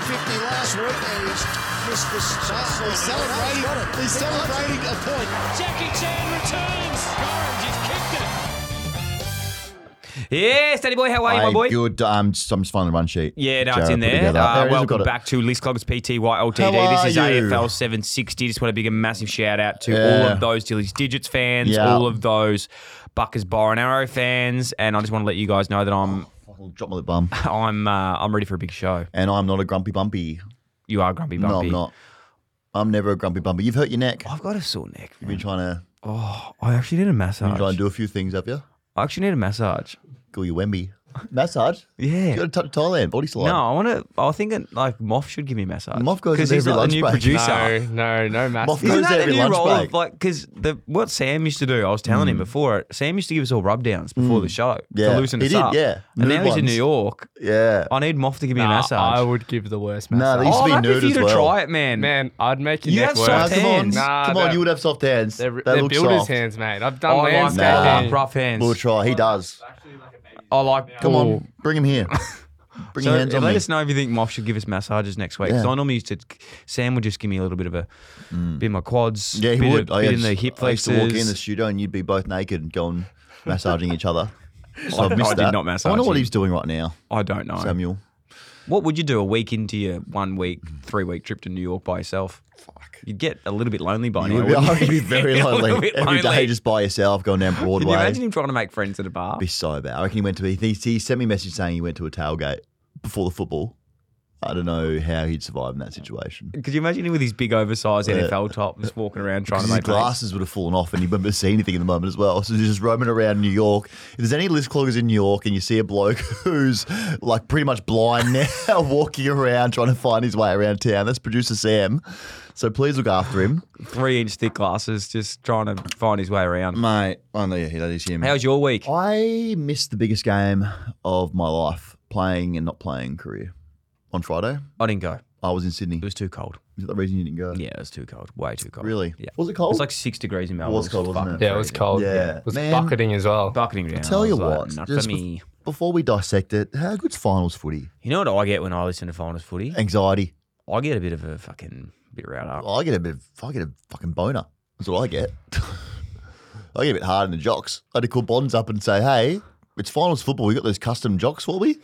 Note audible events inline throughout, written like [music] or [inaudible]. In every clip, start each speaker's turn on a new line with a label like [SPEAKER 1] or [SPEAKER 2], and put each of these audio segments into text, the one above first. [SPEAKER 1] last week and he's missed the shot.
[SPEAKER 2] He's celebrating, he's celebrating a point.
[SPEAKER 3] Jackie Chan returns. Gorham just kicked it.
[SPEAKER 4] Yeah, steady boy. How are you, my
[SPEAKER 2] Hey,
[SPEAKER 4] boy?
[SPEAKER 2] Good. Um, just, I'm just finding run sheet.
[SPEAKER 4] Yeah, no,
[SPEAKER 2] Jared
[SPEAKER 4] it's in
[SPEAKER 2] put
[SPEAKER 4] there.
[SPEAKER 2] together.
[SPEAKER 4] Uh,
[SPEAKER 2] There it is, I've got
[SPEAKER 4] welcome
[SPEAKER 2] it.
[SPEAKER 4] back to List Clogs PTY LTD.
[SPEAKER 2] How
[SPEAKER 4] this is
[SPEAKER 2] are you?
[SPEAKER 4] AFL 760. Just want a big and massive shout out to all
[SPEAKER 2] Yeah.
[SPEAKER 4] of those Dilly's Digits fans,
[SPEAKER 2] Yeah.
[SPEAKER 4] all of those Buckers Bar and Arrow fans, and I just want to let you guys know that I'm [laughs]
[SPEAKER 2] Fucking Drop my lip bum.
[SPEAKER 4] I'm uh, I'm ready for a big show.
[SPEAKER 2] And I'm not a grumpy bumpy.
[SPEAKER 4] You are grumpy
[SPEAKER 2] No,
[SPEAKER 4] bumpy.
[SPEAKER 2] I'm not. I'm never a grumpy bumpy. You've hurt your neck.
[SPEAKER 4] I've got a sore neck.
[SPEAKER 2] You've been trying to
[SPEAKER 4] I actually need a
[SPEAKER 2] been trying to
[SPEAKER 4] massage.
[SPEAKER 2] do a few things, have you?
[SPEAKER 4] I actually need a massage.
[SPEAKER 2] Call you Wemby. Massage.
[SPEAKER 4] Yeah.
[SPEAKER 2] You got to touch Thailand. Body slide.
[SPEAKER 4] No, I want to. I think that, like Moff should give me a massage.
[SPEAKER 2] Moff goes
[SPEAKER 4] because
[SPEAKER 2] in
[SPEAKER 4] he's
[SPEAKER 2] every
[SPEAKER 4] like
[SPEAKER 2] lunch
[SPEAKER 4] the new
[SPEAKER 2] break.
[SPEAKER 4] producer.
[SPEAKER 5] No, no, no,
[SPEAKER 2] Moff
[SPEAKER 5] massive.
[SPEAKER 2] goes
[SPEAKER 4] Isn't that
[SPEAKER 2] there
[SPEAKER 4] the
[SPEAKER 2] every
[SPEAKER 4] new
[SPEAKER 2] lunch
[SPEAKER 4] role
[SPEAKER 2] break.
[SPEAKER 4] of like because the what Sam used to do? I was telling him before. Sam used to give us all rub downs before the show
[SPEAKER 2] Mm. Yeah,
[SPEAKER 4] to loosen
[SPEAKER 2] he
[SPEAKER 4] us
[SPEAKER 2] did,
[SPEAKER 4] up.
[SPEAKER 2] yeah.
[SPEAKER 4] and now
[SPEAKER 2] Nude
[SPEAKER 4] he's in New
[SPEAKER 2] ones.
[SPEAKER 4] York.
[SPEAKER 2] yeah.
[SPEAKER 4] I need Moff to give me a
[SPEAKER 5] Nah,
[SPEAKER 4] massage.
[SPEAKER 5] I would give the worst massage.
[SPEAKER 2] they used
[SPEAKER 4] oh,
[SPEAKER 2] to be
[SPEAKER 4] I'd love
[SPEAKER 2] nude
[SPEAKER 4] for you
[SPEAKER 2] as
[SPEAKER 4] to
[SPEAKER 2] well.
[SPEAKER 4] try it, man.
[SPEAKER 5] Oh, Man, I'd make your
[SPEAKER 4] You
[SPEAKER 5] neck
[SPEAKER 4] have
[SPEAKER 5] worse.
[SPEAKER 2] Ah,
[SPEAKER 4] soft
[SPEAKER 2] come on.
[SPEAKER 4] hands.
[SPEAKER 5] Nah,
[SPEAKER 2] come on.
[SPEAKER 5] they're-
[SPEAKER 2] You would have soft hands.
[SPEAKER 5] They're,
[SPEAKER 2] They
[SPEAKER 5] they're
[SPEAKER 2] look
[SPEAKER 5] builders'
[SPEAKER 2] soft.
[SPEAKER 5] hands, mate. I've
[SPEAKER 4] I
[SPEAKER 5] done
[SPEAKER 4] like
[SPEAKER 5] landscaping.
[SPEAKER 2] Nah.
[SPEAKER 4] rough, oh, rough hands.
[SPEAKER 2] We'll try. He does.
[SPEAKER 4] I like.
[SPEAKER 2] Come
[SPEAKER 4] Ooh.
[SPEAKER 2] on. Bring him
[SPEAKER 4] [laughs]
[SPEAKER 2] here. Bring
[SPEAKER 4] So
[SPEAKER 2] your hands
[SPEAKER 4] let
[SPEAKER 2] on me.
[SPEAKER 4] us know if you think Moff should give us massages next week. Because
[SPEAKER 2] Yeah. Mm.
[SPEAKER 4] I normally used to. Sam would just give me a little bit of a bit in my quads.
[SPEAKER 2] Yeah, he
[SPEAKER 4] bit
[SPEAKER 2] would.
[SPEAKER 4] Of,
[SPEAKER 2] I
[SPEAKER 4] bit in
[SPEAKER 2] used-
[SPEAKER 4] the hip
[SPEAKER 2] I used
[SPEAKER 4] flexors.
[SPEAKER 2] to walk in the studio and you'd be both naked and
[SPEAKER 4] [laughs]
[SPEAKER 2] going massaging each other. So
[SPEAKER 4] I-
[SPEAKER 2] I've missed
[SPEAKER 4] I did
[SPEAKER 2] that.
[SPEAKER 4] not
[SPEAKER 2] I
[SPEAKER 4] massage
[SPEAKER 2] wonder what
[SPEAKER 4] you.
[SPEAKER 2] he's doing right now,
[SPEAKER 4] I don't know.
[SPEAKER 2] Samuel.
[SPEAKER 4] What would you do a week into your one week,
[SPEAKER 2] Mm.
[SPEAKER 4] three week trip to New York by yourself? Fuck. You'd get a little bit lonely by
[SPEAKER 2] You
[SPEAKER 4] now.
[SPEAKER 2] would be, I [laughs]
[SPEAKER 4] wouldn't
[SPEAKER 2] would be
[SPEAKER 4] you? [laughs]
[SPEAKER 2] very
[SPEAKER 4] A little
[SPEAKER 2] lonely
[SPEAKER 4] bit
[SPEAKER 2] every day,
[SPEAKER 4] lonely.
[SPEAKER 2] just by yourself, going down
[SPEAKER 4] Can
[SPEAKER 2] Broadway.
[SPEAKER 4] you imagine him trying to make friends at a bar?
[SPEAKER 2] be so bad. I reckon he went to. He, he sent me a message saying he went to a tailgate before the football. I don't know how he'd survive in that situation.
[SPEAKER 4] Could you imagine him with his big oversized NFL top just walking around trying to
[SPEAKER 2] His
[SPEAKER 4] make friends?
[SPEAKER 2] glasses would have fallen off, and he wouldn't see anything in the moment as well. So he's just roaming around New York. If there's any list cloggers in New York, and you see a bloke [laughs] who's like pretty much blind [laughs] now, walking around trying to find his way around town, that's producer Sam. So please look after him,
[SPEAKER 4] Three inch thick glasses, just trying to find his way around.
[SPEAKER 2] mate. I know yeah, that is him.
[SPEAKER 4] How's your week?
[SPEAKER 2] Oh. I missed the biggest game of my life, playing and not playing career. On Friday,
[SPEAKER 4] I didn't go.
[SPEAKER 2] I was in Sydney.
[SPEAKER 4] It was too cold.
[SPEAKER 2] Is that the reason you didn't go?
[SPEAKER 4] Yeah, it was too cold. Way too cold.
[SPEAKER 2] Really?
[SPEAKER 4] Yeah.
[SPEAKER 2] Was it
[SPEAKER 4] It
[SPEAKER 2] cold?
[SPEAKER 4] was like six degrees in Melbourne.
[SPEAKER 2] was cold, wasn't
[SPEAKER 4] fucking
[SPEAKER 2] it?
[SPEAKER 5] Yeah, it was
[SPEAKER 4] freezing.
[SPEAKER 5] cold.
[SPEAKER 2] Yeah.
[SPEAKER 5] It was
[SPEAKER 2] Man.
[SPEAKER 5] bucketing as well.
[SPEAKER 4] Bucketing down.
[SPEAKER 2] Tell
[SPEAKER 4] I
[SPEAKER 2] you
[SPEAKER 4] was like,
[SPEAKER 2] what,
[SPEAKER 4] not
[SPEAKER 2] just
[SPEAKER 4] for
[SPEAKER 2] bef-
[SPEAKER 4] me.
[SPEAKER 2] before we dissect it, how good's finals footy?
[SPEAKER 4] You know what I get when I listen to finals footy?
[SPEAKER 2] Anxiety.
[SPEAKER 4] I get a bit of a fucking bit riled up.
[SPEAKER 2] I get a bit. Of, I get a fucking boner. That's what I
[SPEAKER 4] [laughs]
[SPEAKER 2] get. I get a bit hard in the jocks. I had to call Bonds up and say, "Hey, it's finals football. We got those custom jocks for we."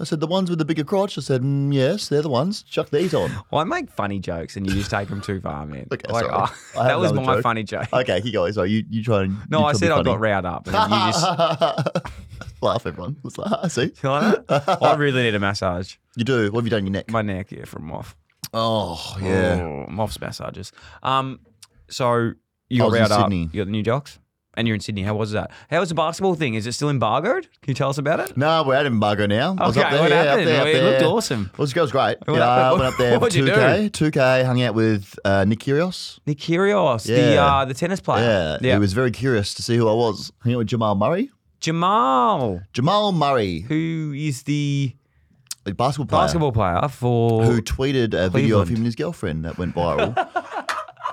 [SPEAKER 2] I said, "The ones with the bigger crotch." I said, mm, "Yes, they're the ones. Chuck these
[SPEAKER 4] [laughs]
[SPEAKER 2] on."
[SPEAKER 4] I make funny jokes and you just take them too far, man.
[SPEAKER 2] [laughs] Okay,
[SPEAKER 4] Like,
[SPEAKER 2] sorry.
[SPEAKER 4] ah,
[SPEAKER 2] I have
[SPEAKER 4] that was
[SPEAKER 2] another
[SPEAKER 4] my
[SPEAKER 2] joke.
[SPEAKER 4] funny joke.
[SPEAKER 2] Okay, keep going. Sorry, you you try and
[SPEAKER 4] no,
[SPEAKER 2] you
[SPEAKER 4] I
[SPEAKER 2] try
[SPEAKER 4] said I
[SPEAKER 2] and be
[SPEAKER 4] got round up. And
[SPEAKER 2] [laughs]
[SPEAKER 4] then you just,
[SPEAKER 2] funny. [laughs] laugh. Everyone, Let's laugh. see
[SPEAKER 4] You like that? I really need a massage.
[SPEAKER 2] you do. What have you done to your neck?
[SPEAKER 4] My neck, yeah, from Moff.
[SPEAKER 2] Oh yeah.
[SPEAKER 4] Oh, Moff's massages. Um, so you
[SPEAKER 2] I
[SPEAKER 4] got
[SPEAKER 2] was in
[SPEAKER 4] round up.
[SPEAKER 2] Sydney.
[SPEAKER 4] You got the new jocks, and you're in Sydney. How was that? How was the basketball thing? Is it still embargoed? Can you tell us about it?
[SPEAKER 2] No, we're at Embargo now. I was
[SPEAKER 4] Okay,
[SPEAKER 2] up there,
[SPEAKER 4] what
[SPEAKER 2] yeah, up
[SPEAKER 4] happened?
[SPEAKER 2] there, up
[SPEAKER 4] It looked
[SPEAKER 2] there.
[SPEAKER 4] awesome.
[SPEAKER 2] It was, it was great.
[SPEAKER 4] What
[SPEAKER 2] yeah, I
[SPEAKER 4] happened?
[SPEAKER 2] went up there for
[SPEAKER 4] [laughs] What'd you
[SPEAKER 2] 2K. 2K, hung out with uh, Nick Kyrgios.
[SPEAKER 4] Nick Kyrgios, the
[SPEAKER 2] Yeah.
[SPEAKER 4] uh, the tennis player.
[SPEAKER 2] Yeah, he was very curious to see who I was. Hung out with Jamal Murray.
[SPEAKER 4] Jamal,
[SPEAKER 2] Jamal Murray,
[SPEAKER 4] who is the
[SPEAKER 2] a basketball player,
[SPEAKER 4] basketball player for
[SPEAKER 2] who tweeted a video of
[SPEAKER 4] Cleveland.
[SPEAKER 2] him and his girlfriend that went
[SPEAKER 4] [laughs]
[SPEAKER 2] viral.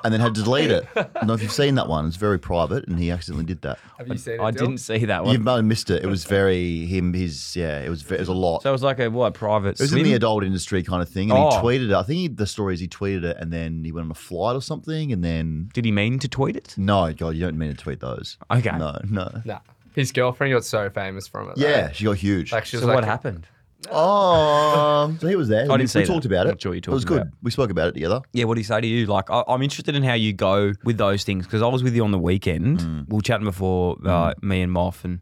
[SPEAKER 2] And then had to delete it. I don't know if you've seen that one. It's very private, and he accidentally did that.
[SPEAKER 5] Have you seen it?
[SPEAKER 4] I
[SPEAKER 5] Dil?
[SPEAKER 4] didn't see that one.
[SPEAKER 2] You've might have missed it. It was very him. His yeah. It was ve- it was a lot.
[SPEAKER 4] So it was like a what
[SPEAKER 2] It
[SPEAKER 4] private
[SPEAKER 2] was
[SPEAKER 4] swim?
[SPEAKER 2] in the adult industry kind of thing, and
[SPEAKER 4] Oh.
[SPEAKER 2] he tweeted it. I think he, the story is he tweeted it, and then he went on a flight or something, and then
[SPEAKER 4] Did he mean to tweet it?
[SPEAKER 2] no, God, you don't mean to tweet those.
[SPEAKER 4] Okay.
[SPEAKER 2] No, no.
[SPEAKER 5] Nah. His girlfriend got so famous from it. though.
[SPEAKER 2] Yeah, she got huge.
[SPEAKER 5] Like she was
[SPEAKER 4] So
[SPEAKER 5] like,
[SPEAKER 4] what happened?
[SPEAKER 2] oh, so he was there. I we,
[SPEAKER 4] didn't see
[SPEAKER 2] we
[SPEAKER 4] that.
[SPEAKER 2] talked about it.
[SPEAKER 4] Not sure what
[SPEAKER 2] it
[SPEAKER 4] you're
[SPEAKER 2] was
[SPEAKER 4] talking
[SPEAKER 2] good.
[SPEAKER 4] about.
[SPEAKER 2] We spoke about it together.
[SPEAKER 4] Yeah, what do you say to you? Like, I, I'm interested in how you go with those things because I was with you on the weekend.
[SPEAKER 2] Mm.
[SPEAKER 4] We were chatting before uh, me and Moff and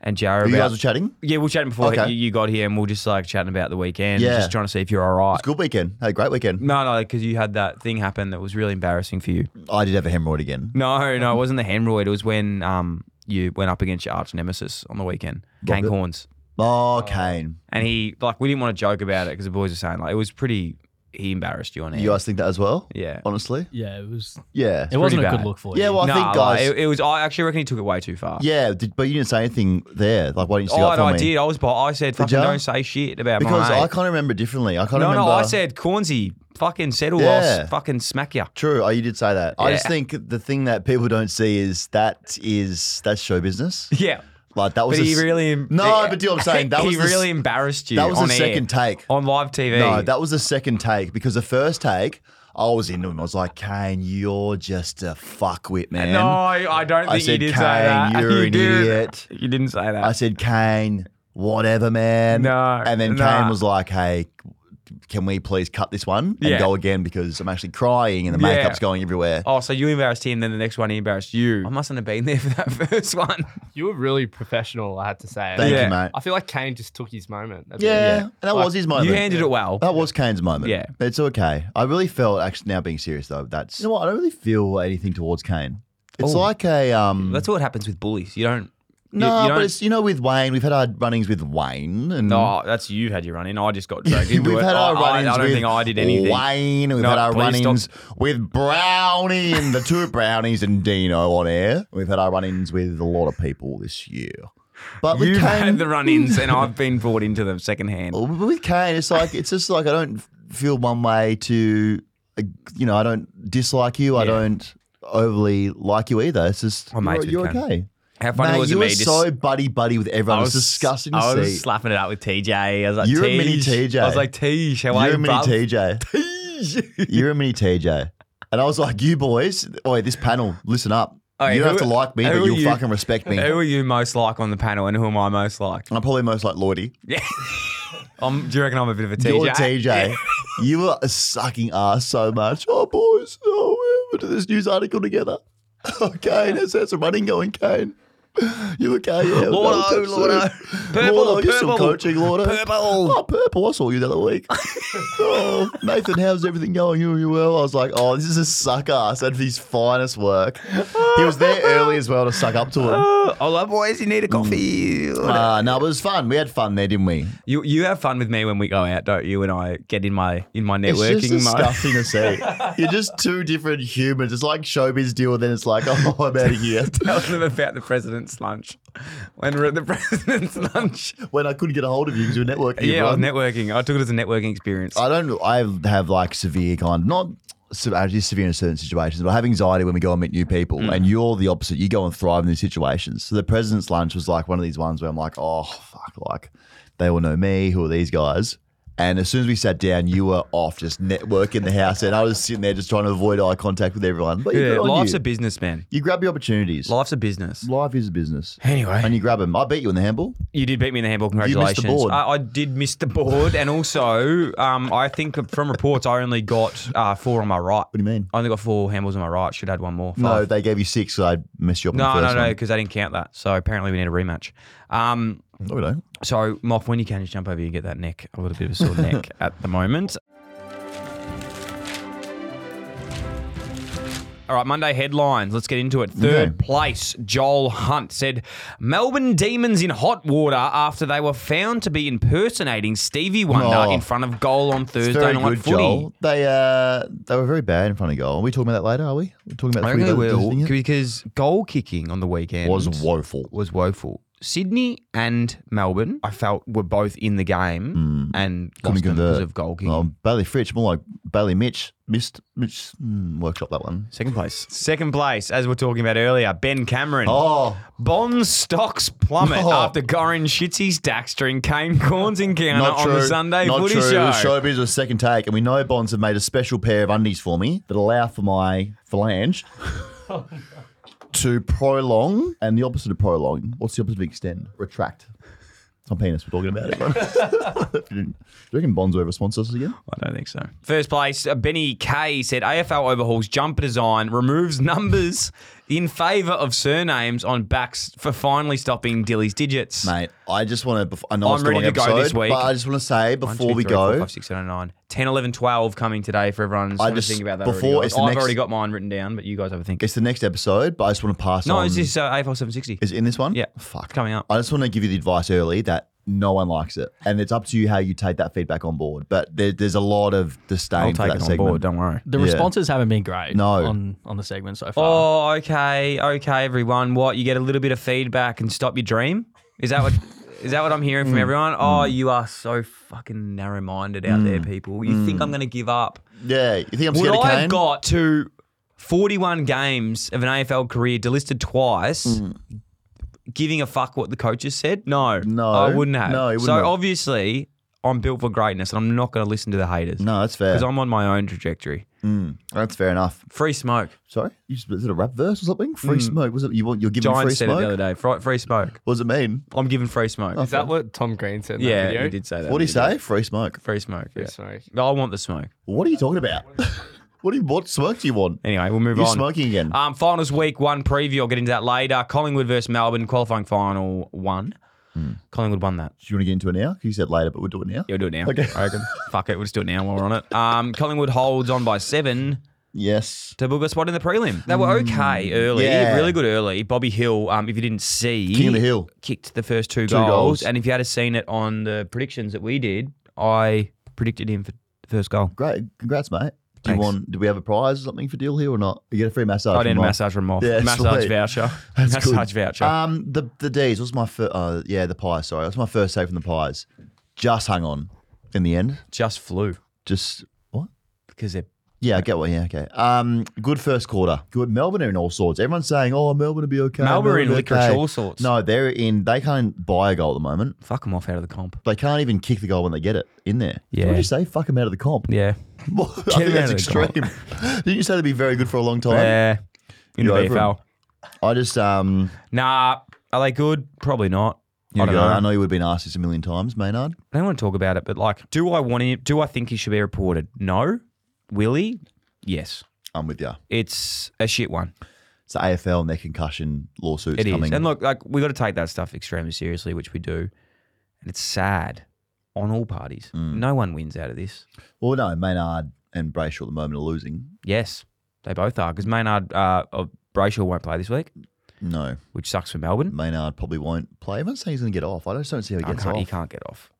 [SPEAKER 4] and Jared.
[SPEAKER 2] You
[SPEAKER 4] about-
[SPEAKER 2] guys were chatting.
[SPEAKER 4] yeah, we were chatting before
[SPEAKER 2] Okay.
[SPEAKER 4] you, you got here, and we were just like chatting about the weekend.
[SPEAKER 2] Yeah.
[SPEAKER 4] just trying to see if you're all right.
[SPEAKER 2] Good weekend. Had a great weekend.
[SPEAKER 4] No, no, because you had that thing happen that was really embarrassing for you.
[SPEAKER 2] I did have a hemorrhoid again.
[SPEAKER 4] No, no, it wasn't the hemorrhoid. It was when um you went up against your arch nemesis on the weekend, Kane Corns.
[SPEAKER 2] Oh, Kane.
[SPEAKER 4] And he, like, we didn't want to joke about it because the boys were saying, like, it was pretty, he embarrassed you on air.
[SPEAKER 2] You guys think that as well?
[SPEAKER 4] Yeah.
[SPEAKER 2] Honestly.
[SPEAKER 6] Yeah, it was.
[SPEAKER 2] Yeah.
[SPEAKER 6] It wasn't a
[SPEAKER 4] bad.
[SPEAKER 6] good look for you.
[SPEAKER 2] Yeah. Well, I
[SPEAKER 4] Nah,
[SPEAKER 2] think
[SPEAKER 4] like,
[SPEAKER 2] guys.
[SPEAKER 4] it, it was, I actually reckon he took it way too far.
[SPEAKER 2] yeah, did, but you didn't say anything there. Like, why didn't you
[SPEAKER 4] Oh,
[SPEAKER 2] say that
[SPEAKER 4] no,
[SPEAKER 2] for
[SPEAKER 4] I
[SPEAKER 2] me?
[SPEAKER 4] did. I was, I said, fucking
[SPEAKER 2] ya?
[SPEAKER 4] don't say shit about
[SPEAKER 2] Because
[SPEAKER 4] my
[SPEAKER 2] I
[SPEAKER 4] mate.
[SPEAKER 2] can't remember it differently. I can't
[SPEAKER 4] No,
[SPEAKER 2] remember.
[SPEAKER 4] no, I said, Cornsy, fucking settle
[SPEAKER 2] Yeah.
[SPEAKER 4] us, fucking smack ya. [laughs]
[SPEAKER 2] True. Oh, you did say that. I just
[SPEAKER 4] Yeah.
[SPEAKER 2] think the thing that people don't see is that is that's show business.
[SPEAKER 4] Yeah.
[SPEAKER 2] Like that was
[SPEAKER 4] But he
[SPEAKER 2] a s-
[SPEAKER 4] really
[SPEAKER 2] No, but do you know what I'm
[SPEAKER 4] [laughs]
[SPEAKER 2] saying? That
[SPEAKER 4] he
[SPEAKER 2] was the s-
[SPEAKER 4] really embarrassed you.
[SPEAKER 2] that was the
[SPEAKER 4] on air,
[SPEAKER 2] second take.
[SPEAKER 4] on live TV.
[SPEAKER 2] No, that was the second take because the first take, I was into him. I was like, Kane, you're just a fuckwit, man.
[SPEAKER 4] no, I I don't
[SPEAKER 2] I
[SPEAKER 4] think you
[SPEAKER 2] said,
[SPEAKER 4] did say
[SPEAKER 2] "Kane,
[SPEAKER 4] that. [laughs]
[SPEAKER 2] you're
[SPEAKER 4] you
[SPEAKER 2] an
[SPEAKER 4] didn't.
[SPEAKER 2] idiot.
[SPEAKER 4] You didn't say that.
[SPEAKER 2] I said, Kane, whatever, man.
[SPEAKER 4] No,
[SPEAKER 2] And then
[SPEAKER 4] nah.
[SPEAKER 2] Kane was like, hey, can we please cut this one and
[SPEAKER 4] Yeah.
[SPEAKER 2] go again because I'm actually crying and the
[SPEAKER 4] Yeah.
[SPEAKER 2] makeup's going everywhere.
[SPEAKER 4] oh, so you embarrassed him, then the next one he embarrassed you. I mustn't have [laughs] been there
[SPEAKER 2] [laughs]
[SPEAKER 4] for that first one.
[SPEAKER 5] You were really professional, I had to say.
[SPEAKER 2] Thank
[SPEAKER 4] Yeah.
[SPEAKER 2] you, mate.
[SPEAKER 5] I feel like Kane just took his moment. That's it.
[SPEAKER 2] yeah, and that was his moment.
[SPEAKER 4] You handled it well.
[SPEAKER 2] That was Kane's moment.
[SPEAKER 4] Yeah.
[SPEAKER 2] It's okay. I really felt actually now being serious though, that's you know what, I don't really feel anything towards Kane. It's
[SPEAKER 4] Oh.
[SPEAKER 2] like a um
[SPEAKER 4] That's what happens with bullies. You don't. you-
[SPEAKER 2] No,
[SPEAKER 4] you, don't,
[SPEAKER 2] but it's you know with Wayne, we've had our runnings with Wayne and
[SPEAKER 4] No, that's you've had your run in. I just
[SPEAKER 2] [laughs]
[SPEAKER 4] got dragged
[SPEAKER 2] we've
[SPEAKER 4] into it.
[SPEAKER 2] Hmm? had our
[SPEAKER 4] I, I, I
[SPEAKER 2] run-ins
[SPEAKER 4] don't
[SPEAKER 2] with
[SPEAKER 4] think I did anything.
[SPEAKER 2] Wayne, and we've
[SPEAKER 4] No,
[SPEAKER 2] had our
[SPEAKER 4] please stop.
[SPEAKER 2] run-ins with Brownie and the two Brownies and Dino on air. We've had our run-ins with a lot of people this year, but with
[SPEAKER 4] You've
[SPEAKER 2] Kane,
[SPEAKER 4] had the run-ins,
[SPEAKER 2] [laughs]
[SPEAKER 4] and I've been brought into them secondhand.
[SPEAKER 2] Well, but with Kane, it's like it's just like I don't feel one way to, uh, you know, I don't dislike you. I
[SPEAKER 4] Yeah.
[SPEAKER 2] don't overly like you either. It's just
[SPEAKER 4] I'm
[SPEAKER 2] you're,
[SPEAKER 4] mates with
[SPEAKER 2] you're
[SPEAKER 4] Kane.
[SPEAKER 2] okay.
[SPEAKER 4] How funny
[SPEAKER 2] Mate,
[SPEAKER 4] was
[SPEAKER 2] you
[SPEAKER 4] it
[SPEAKER 2] were
[SPEAKER 4] me? just-
[SPEAKER 2] so buddy buddy with everyone.
[SPEAKER 4] I
[SPEAKER 2] It's disgusting to
[SPEAKER 4] I was
[SPEAKER 2] see.
[SPEAKER 4] slapping it out with TJ. I was like,
[SPEAKER 2] You're a mini
[SPEAKER 4] "Tej."
[SPEAKER 2] TJ.
[SPEAKER 4] I was like, TJ, how are
[SPEAKER 2] You're
[SPEAKER 4] you,
[SPEAKER 2] a mini
[SPEAKER 4] bruv?" [laughs]
[SPEAKER 2] TJ.
[SPEAKER 4] Tej.
[SPEAKER 2] You're a mini TJ. And I was like, you boys, oi, this panel, listen up.
[SPEAKER 4] Oi,
[SPEAKER 2] you don't
[SPEAKER 4] who-
[SPEAKER 2] have to like me,
[SPEAKER 4] who
[SPEAKER 2] but
[SPEAKER 4] are
[SPEAKER 2] you'll
[SPEAKER 4] you-
[SPEAKER 2] fucking respect me. Mm.
[SPEAKER 4] Who are you most like on the panel, and who am I most like?
[SPEAKER 2] I'm probably most like Lloydie.
[SPEAKER 4] Yeah. [laughs] I'm, do you reckon I'm a bit of a TJ?
[SPEAKER 2] You're TJ. [laughs] you were sucking ass so much. Oh, boys, oh, we're into this news article together. [laughs] Oh, Kane, that's, that's a running going, Kane. [laughs] You okay? Yeah, Lord,
[SPEAKER 4] Lordo, Lordo. Purple,
[SPEAKER 2] Lordo, you're still
[SPEAKER 4] purple.
[SPEAKER 2] coaching, Lordo.
[SPEAKER 4] Purple.
[SPEAKER 2] Oh, purple. I saw you the other
[SPEAKER 4] [laughs]
[SPEAKER 2] week. oh, Nathan, how's everything going? You, you well? I was like, oh, this is a suck ass at his finest work. He was there early as well to suck up to
[SPEAKER 4] [laughs]
[SPEAKER 2] him.
[SPEAKER 4] Oh, hello, boys. You
[SPEAKER 2] Mm.
[SPEAKER 4] need a coffee.
[SPEAKER 2] Uh, no, but it was fun. We had fun there, didn't we?
[SPEAKER 4] You you have fun with me when we go out, don't you? And I get in my in my
[SPEAKER 2] It's
[SPEAKER 4] networking
[SPEAKER 2] just
[SPEAKER 4] mode.
[SPEAKER 2] disgusting to see. [laughs] You're just two different humans. It's like showbiz deal, and then it's like, [laughs] oh, I'm out of here.
[SPEAKER 4] Tell them about the president's lunch. When we're at
[SPEAKER 2] [laughs]
[SPEAKER 4] the [laughs] president's lunch,
[SPEAKER 2] when I couldn't get a hold of you because you were networking.
[SPEAKER 4] yeah, I was
[SPEAKER 2] everyone.
[SPEAKER 4] networking. I took it as a networking experience.
[SPEAKER 2] I don't. I have like severe kind, not se- actually severe in certain situations, but I have anxiety when we go and meet new people. And you're the opposite. You go and thrive in these situations. So the president's lunch was like one of these ones where I'm like, oh fuck, like they all know me. Who are these guys? And as soon as we sat down, you were off just networking the house, and I was sitting there just trying to avoid eye contact with everyone. But
[SPEAKER 4] yeah,
[SPEAKER 2] yeah,
[SPEAKER 4] life's
[SPEAKER 2] you.
[SPEAKER 4] a business, man.
[SPEAKER 2] you grab your opportunities.
[SPEAKER 4] Life's a business.
[SPEAKER 2] Life is a business.
[SPEAKER 4] Anyway.
[SPEAKER 2] And you grab them. I beat you in the handball.
[SPEAKER 4] You did beat me in the handball.
[SPEAKER 2] missed the
[SPEAKER 4] Congratulations.
[SPEAKER 2] board.
[SPEAKER 4] I, I did miss the board, and also um, I think from reports I only got uh, four on my right.
[SPEAKER 2] What do you mean?
[SPEAKER 4] I only got four handballs on my right. Should add one more.
[SPEAKER 2] No,
[SPEAKER 4] Five.
[SPEAKER 2] they gave you six, so I messed you up in
[SPEAKER 4] no,
[SPEAKER 2] the
[SPEAKER 4] no,
[SPEAKER 2] first
[SPEAKER 4] no,
[SPEAKER 2] one.
[SPEAKER 4] because I didn't count that. So apparently we need a rematch. Um,
[SPEAKER 2] No, we don't.
[SPEAKER 4] So, Moff, when you can, just jump over here and get that neck. I've got a bit of a sore
[SPEAKER 2] [laughs]
[SPEAKER 4] neck at the moment. All right, Monday headlines. Let's get into it. Third
[SPEAKER 2] Okay.
[SPEAKER 4] place, Joel Hunt said Melbourne Demons in hot water after they were found to be impersonating Stevie Wonder
[SPEAKER 2] Oh.
[SPEAKER 4] in front of goal on Thursday
[SPEAKER 2] It's very
[SPEAKER 4] night
[SPEAKER 2] good,
[SPEAKER 4] footy.
[SPEAKER 2] Joel. They uh, they were very bad in front of goal. Are we talking about that later? Are we? We're talking about
[SPEAKER 4] I
[SPEAKER 2] the
[SPEAKER 4] reckon
[SPEAKER 2] footy
[SPEAKER 4] they
[SPEAKER 2] later,
[SPEAKER 4] will
[SPEAKER 2] isn't it?
[SPEAKER 4] because goal kicking on the weekend
[SPEAKER 2] was woeful.
[SPEAKER 4] was woeful. Sydney and Melbourne, I felt, were both in the game
[SPEAKER 2] Hmm.
[SPEAKER 4] and
[SPEAKER 2] Couldn't
[SPEAKER 4] lost them because
[SPEAKER 2] convert.
[SPEAKER 4] of goal kicking.
[SPEAKER 2] Oh, Bailey Fritch, more like Bailey Mitch. Missed Mitch. Hmm, workshop that one.
[SPEAKER 4] Second place. Second place, as we we're talking about earlier, Ben Cameron.
[SPEAKER 2] Oh,
[SPEAKER 4] Bond stocks plummet
[SPEAKER 2] Oh.
[SPEAKER 4] after Goran Shitsy's dax during Kane Corn's encounter
[SPEAKER 2] not
[SPEAKER 4] on
[SPEAKER 2] true.
[SPEAKER 4] the Sunday
[SPEAKER 2] not
[SPEAKER 4] footy
[SPEAKER 2] true.
[SPEAKER 4] show.
[SPEAKER 2] It was showbiz was second take, and we know Bonds have made a special pair of undies for me that allow for my phalange to prolong, and the opposite of prolong. What's the opposite of extend? Retract. It's my penis. We're talking about it. Do [laughs] you reckon Bonds will ever sponsor us again?
[SPEAKER 4] I don't think so. First place, uh, Benny K said AFL overhauls jumper design, removes numbers in favour of surnames on backs for finally stopping Dilly's digits.
[SPEAKER 2] Mate, I just want to. I know
[SPEAKER 4] I'm
[SPEAKER 2] it's the
[SPEAKER 4] ready
[SPEAKER 2] wrong
[SPEAKER 4] to go
[SPEAKER 2] episode,
[SPEAKER 4] this week.
[SPEAKER 2] but I just want to say
[SPEAKER 4] One,
[SPEAKER 2] before
[SPEAKER 4] two,
[SPEAKER 2] we
[SPEAKER 4] three,
[SPEAKER 2] go,
[SPEAKER 4] four, five, six, seven, nine. 10, 11, 12 coming today for everyone.
[SPEAKER 2] I
[SPEAKER 4] I
[SPEAKER 2] just-
[SPEAKER 4] just think about that.
[SPEAKER 2] before
[SPEAKER 4] already,
[SPEAKER 2] it's
[SPEAKER 4] guys.
[SPEAKER 2] the
[SPEAKER 4] I've
[SPEAKER 2] next-
[SPEAKER 4] already got mine written down, but you guys overthink.
[SPEAKER 2] it's the next episode. But I just want to pass
[SPEAKER 4] No,
[SPEAKER 2] on.
[SPEAKER 4] it's this uh, AFL 760.
[SPEAKER 2] is it in this one?
[SPEAKER 4] Yeah.
[SPEAKER 2] fuck.
[SPEAKER 4] It's coming up.
[SPEAKER 2] I just want to give you the advice early that no one likes it, and it's up to you how you take that feedback on board. But there, there's a lot of disdain
[SPEAKER 4] I'll
[SPEAKER 2] for
[SPEAKER 4] take it
[SPEAKER 2] that
[SPEAKER 4] on
[SPEAKER 2] segment.
[SPEAKER 4] board. Don't worry.
[SPEAKER 6] The
[SPEAKER 2] Yeah.
[SPEAKER 6] responses haven't been great.
[SPEAKER 2] No.
[SPEAKER 6] on on the segment so far.
[SPEAKER 4] Oh, okay, okay, everyone. What you get a little bit of feedback and stop your dream?
[SPEAKER 2] [laughs]
[SPEAKER 4] Is that what? is that what I'm hearing
[SPEAKER 2] Mm.
[SPEAKER 4] from everyone? Oh, you are so fucking narrow-minded out
[SPEAKER 2] Mm.
[SPEAKER 4] there, people. You think I'm going to give up?
[SPEAKER 2] Yeah, you think I'm
[SPEAKER 4] Would
[SPEAKER 2] scared of
[SPEAKER 4] I
[SPEAKER 2] Kane?
[SPEAKER 4] have got
[SPEAKER 2] Hmm.
[SPEAKER 4] to 41 games of an AFL career delisted twice? giving a fuck what the coaches said? No.
[SPEAKER 2] No.
[SPEAKER 4] I wouldn't have.
[SPEAKER 2] No, he wouldn't
[SPEAKER 4] So
[SPEAKER 2] have.
[SPEAKER 4] obviously, I'm built for greatness and I'm not going to listen to the haters.
[SPEAKER 2] No, that's fair.
[SPEAKER 4] Because I'm on my own trajectory.
[SPEAKER 2] That's fair enough.
[SPEAKER 4] Free smoke.
[SPEAKER 2] Sorry, you just, is it a rap verse or something? Free smoke? Was it you want? You're giving
[SPEAKER 4] Hmm. Giant
[SPEAKER 2] free
[SPEAKER 4] said it the other
[SPEAKER 2] smoke? Oh,
[SPEAKER 4] day. Free, free smoke.
[SPEAKER 2] What does it mean?
[SPEAKER 4] I'm giving free smoke.
[SPEAKER 5] Is that what Tom Green said in that
[SPEAKER 4] yeah,
[SPEAKER 5] video?
[SPEAKER 4] he did say that.
[SPEAKER 2] What do you
[SPEAKER 4] in the
[SPEAKER 2] say? Free smoke.
[SPEAKER 4] video. Free smoke. Yeah.
[SPEAKER 5] Sorry.
[SPEAKER 4] I want the smoke.
[SPEAKER 2] What are you talking about? [laughs] what do you? What smoke do you want?
[SPEAKER 4] Anyway, we'll move
[SPEAKER 2] You're
[SPEAKER 4] on.
[SPEAKER 2] smoking again.
[SPEAKER 4] Um, finals week one preview. I'll get into that later. Collingwood versus Melbourne qualifying final one.
[SPEAKER 2] Hmm.
[SPEAKER 4] Collingwood won that.
[SPEAKER 2] do you want to get into it now? 'Cause You said later, but we'll do it now.
[SPEAKER 4] Yeah, we'll do it now.
[SPEAKER 2] Okay.
[SPEAKER 4] I reckon. Fuck it, we'll just do it now while we're on it. Um, Collingwood holds on by seven
[SPEAKER 2] Yes.
[SPEAKER 4] to book a spot in the prelim. They were okay early,
[SPEAKER 2] Mm. yeah.
[SPEAKER 4] really good early. Bobby Hill, um, if you didn't see,
[SPEAKER 2] King of the Hill.
[SPEAKER 4] kicked the first two,
[SPEAKER 2] Two
[SPEAKER 4] goals,
[SPEAKER 2] goals.
[SPEAKER 4] and if you had have seen it on the predictions that we did, I predicted him for the first goal.
[SPEAKER 2] Great. Congrats, mate. Do you
[SPEAKER 4] Thanks.
[SPEAKER 2] want? Do we have a prize or something for deal here or not? You get a free massage.
[SPEAKER 4] I
[SPEAKER 2] from
[SPEAKER 4] did a
[SPEAKER 2] Ryan.
[SPEAKER 4] massage from off.
[SPEAKER 2] Yeah,
[SPEAKER 4] massage
[SPEAKER 2] sweet.
[SPEAKER 4] voucher.
[SPEAKER 2] That's good.
[SPEAKER 4] massage voucher.
[SPEAKER 2] Um, the the D's was my first. Uh, yeah, the pies. Sorry, that's my first save from the pies. Just hung on in the end.
[SPEAKER 4] Just flew
[SPEAKER 2] Just what?
[SPEAKER 4] because they're
[SPEAKER 2] Yeah, I get what. Yeah, okay. Um, good first quarter. Good. Melbourne are in all sorts. Everyone's saying, "Oh, Melbourne will be okay."
[SPEAKER 4] Melbourne are in
[SPEAKER 2] will be
[SPEAKER 4] licorice all sorts.
[SPEAKER 2] No, they're in. They can't buy a goal at the moment.
[SPEAKER 4] fuck them off out of the comp.
[SPEAKER 2] They can't even kick the goal when they get it in there.
[SPEAKER 4] Yeah.
[SPEAKER 2] What did you say? Fuck them out of the comp. [laughs]
[SPEAKER 4] Yeah.
[SPEAKER 2] I
[SPEAKER 4] Get
[SPEAKER 2] think
[SPEAKER 4] 'em out
[SPEAKER 2] that's
[SPEAKER 4] of the
[SPEAKER 2] extreme. [laughs]
[SPEAKER 4] comp.
[SPEAKER 2] Didn't you say they'd be very good for a long time?
[SPEAKER 4] Yeah. In the
[SPEAKER 2] You're over
[SPEAKER 4] VFL.
[SPEAKER 2] I just um.
[SPEAKER 4] Nah. Are they good? Probably not. I
[SPEAKER 2] you
[SPEAKER 4] don't
[SPEAKER 2] go.
[SPEAKER 4] know.
[SPEAKER 2] I know you would have been asked this a million times, Maynard.
[SPEAKER 4] I don't want to talk about it, but like, do I want him? Do I think he should be reported? No. Will he? Yes.
[SPEAKER 2] I'm with you.
[SPEAKER 4] It's a shit one.
[SPEAKER 2] It's the AFL and their concussion lawsuits
[SPEAKER 4] It is.
[SPEAKER 2] coming.
[SPEAKER 4] And look, like we got to take that stuff extremely seriously, which we do, and it's sad on all parties.
[SPEAKER 2] Mm.
[SPEAKER 4] No one wins out of this.
[SPEAKER 2] Well, no, Maynard and Brayshaw at the moment are losing.
[SPEAKER 4] Yes, they both are because Maynard uh, of Brayshaw won't play this week,
[SPEAKER 2] No,
[SPEAKER 4] which sucks for Melbourne.
[SPEAKER 2] Maynard probably won't play. Everyone's saying he's going to get off. I just don't see how he
[SPEAKER 4] I
[SPEAKER 2] Mm. gets
[SPEAKER 4] can't- he
[SPEAKER 2] off.
[SPEAKER 4] can't get off.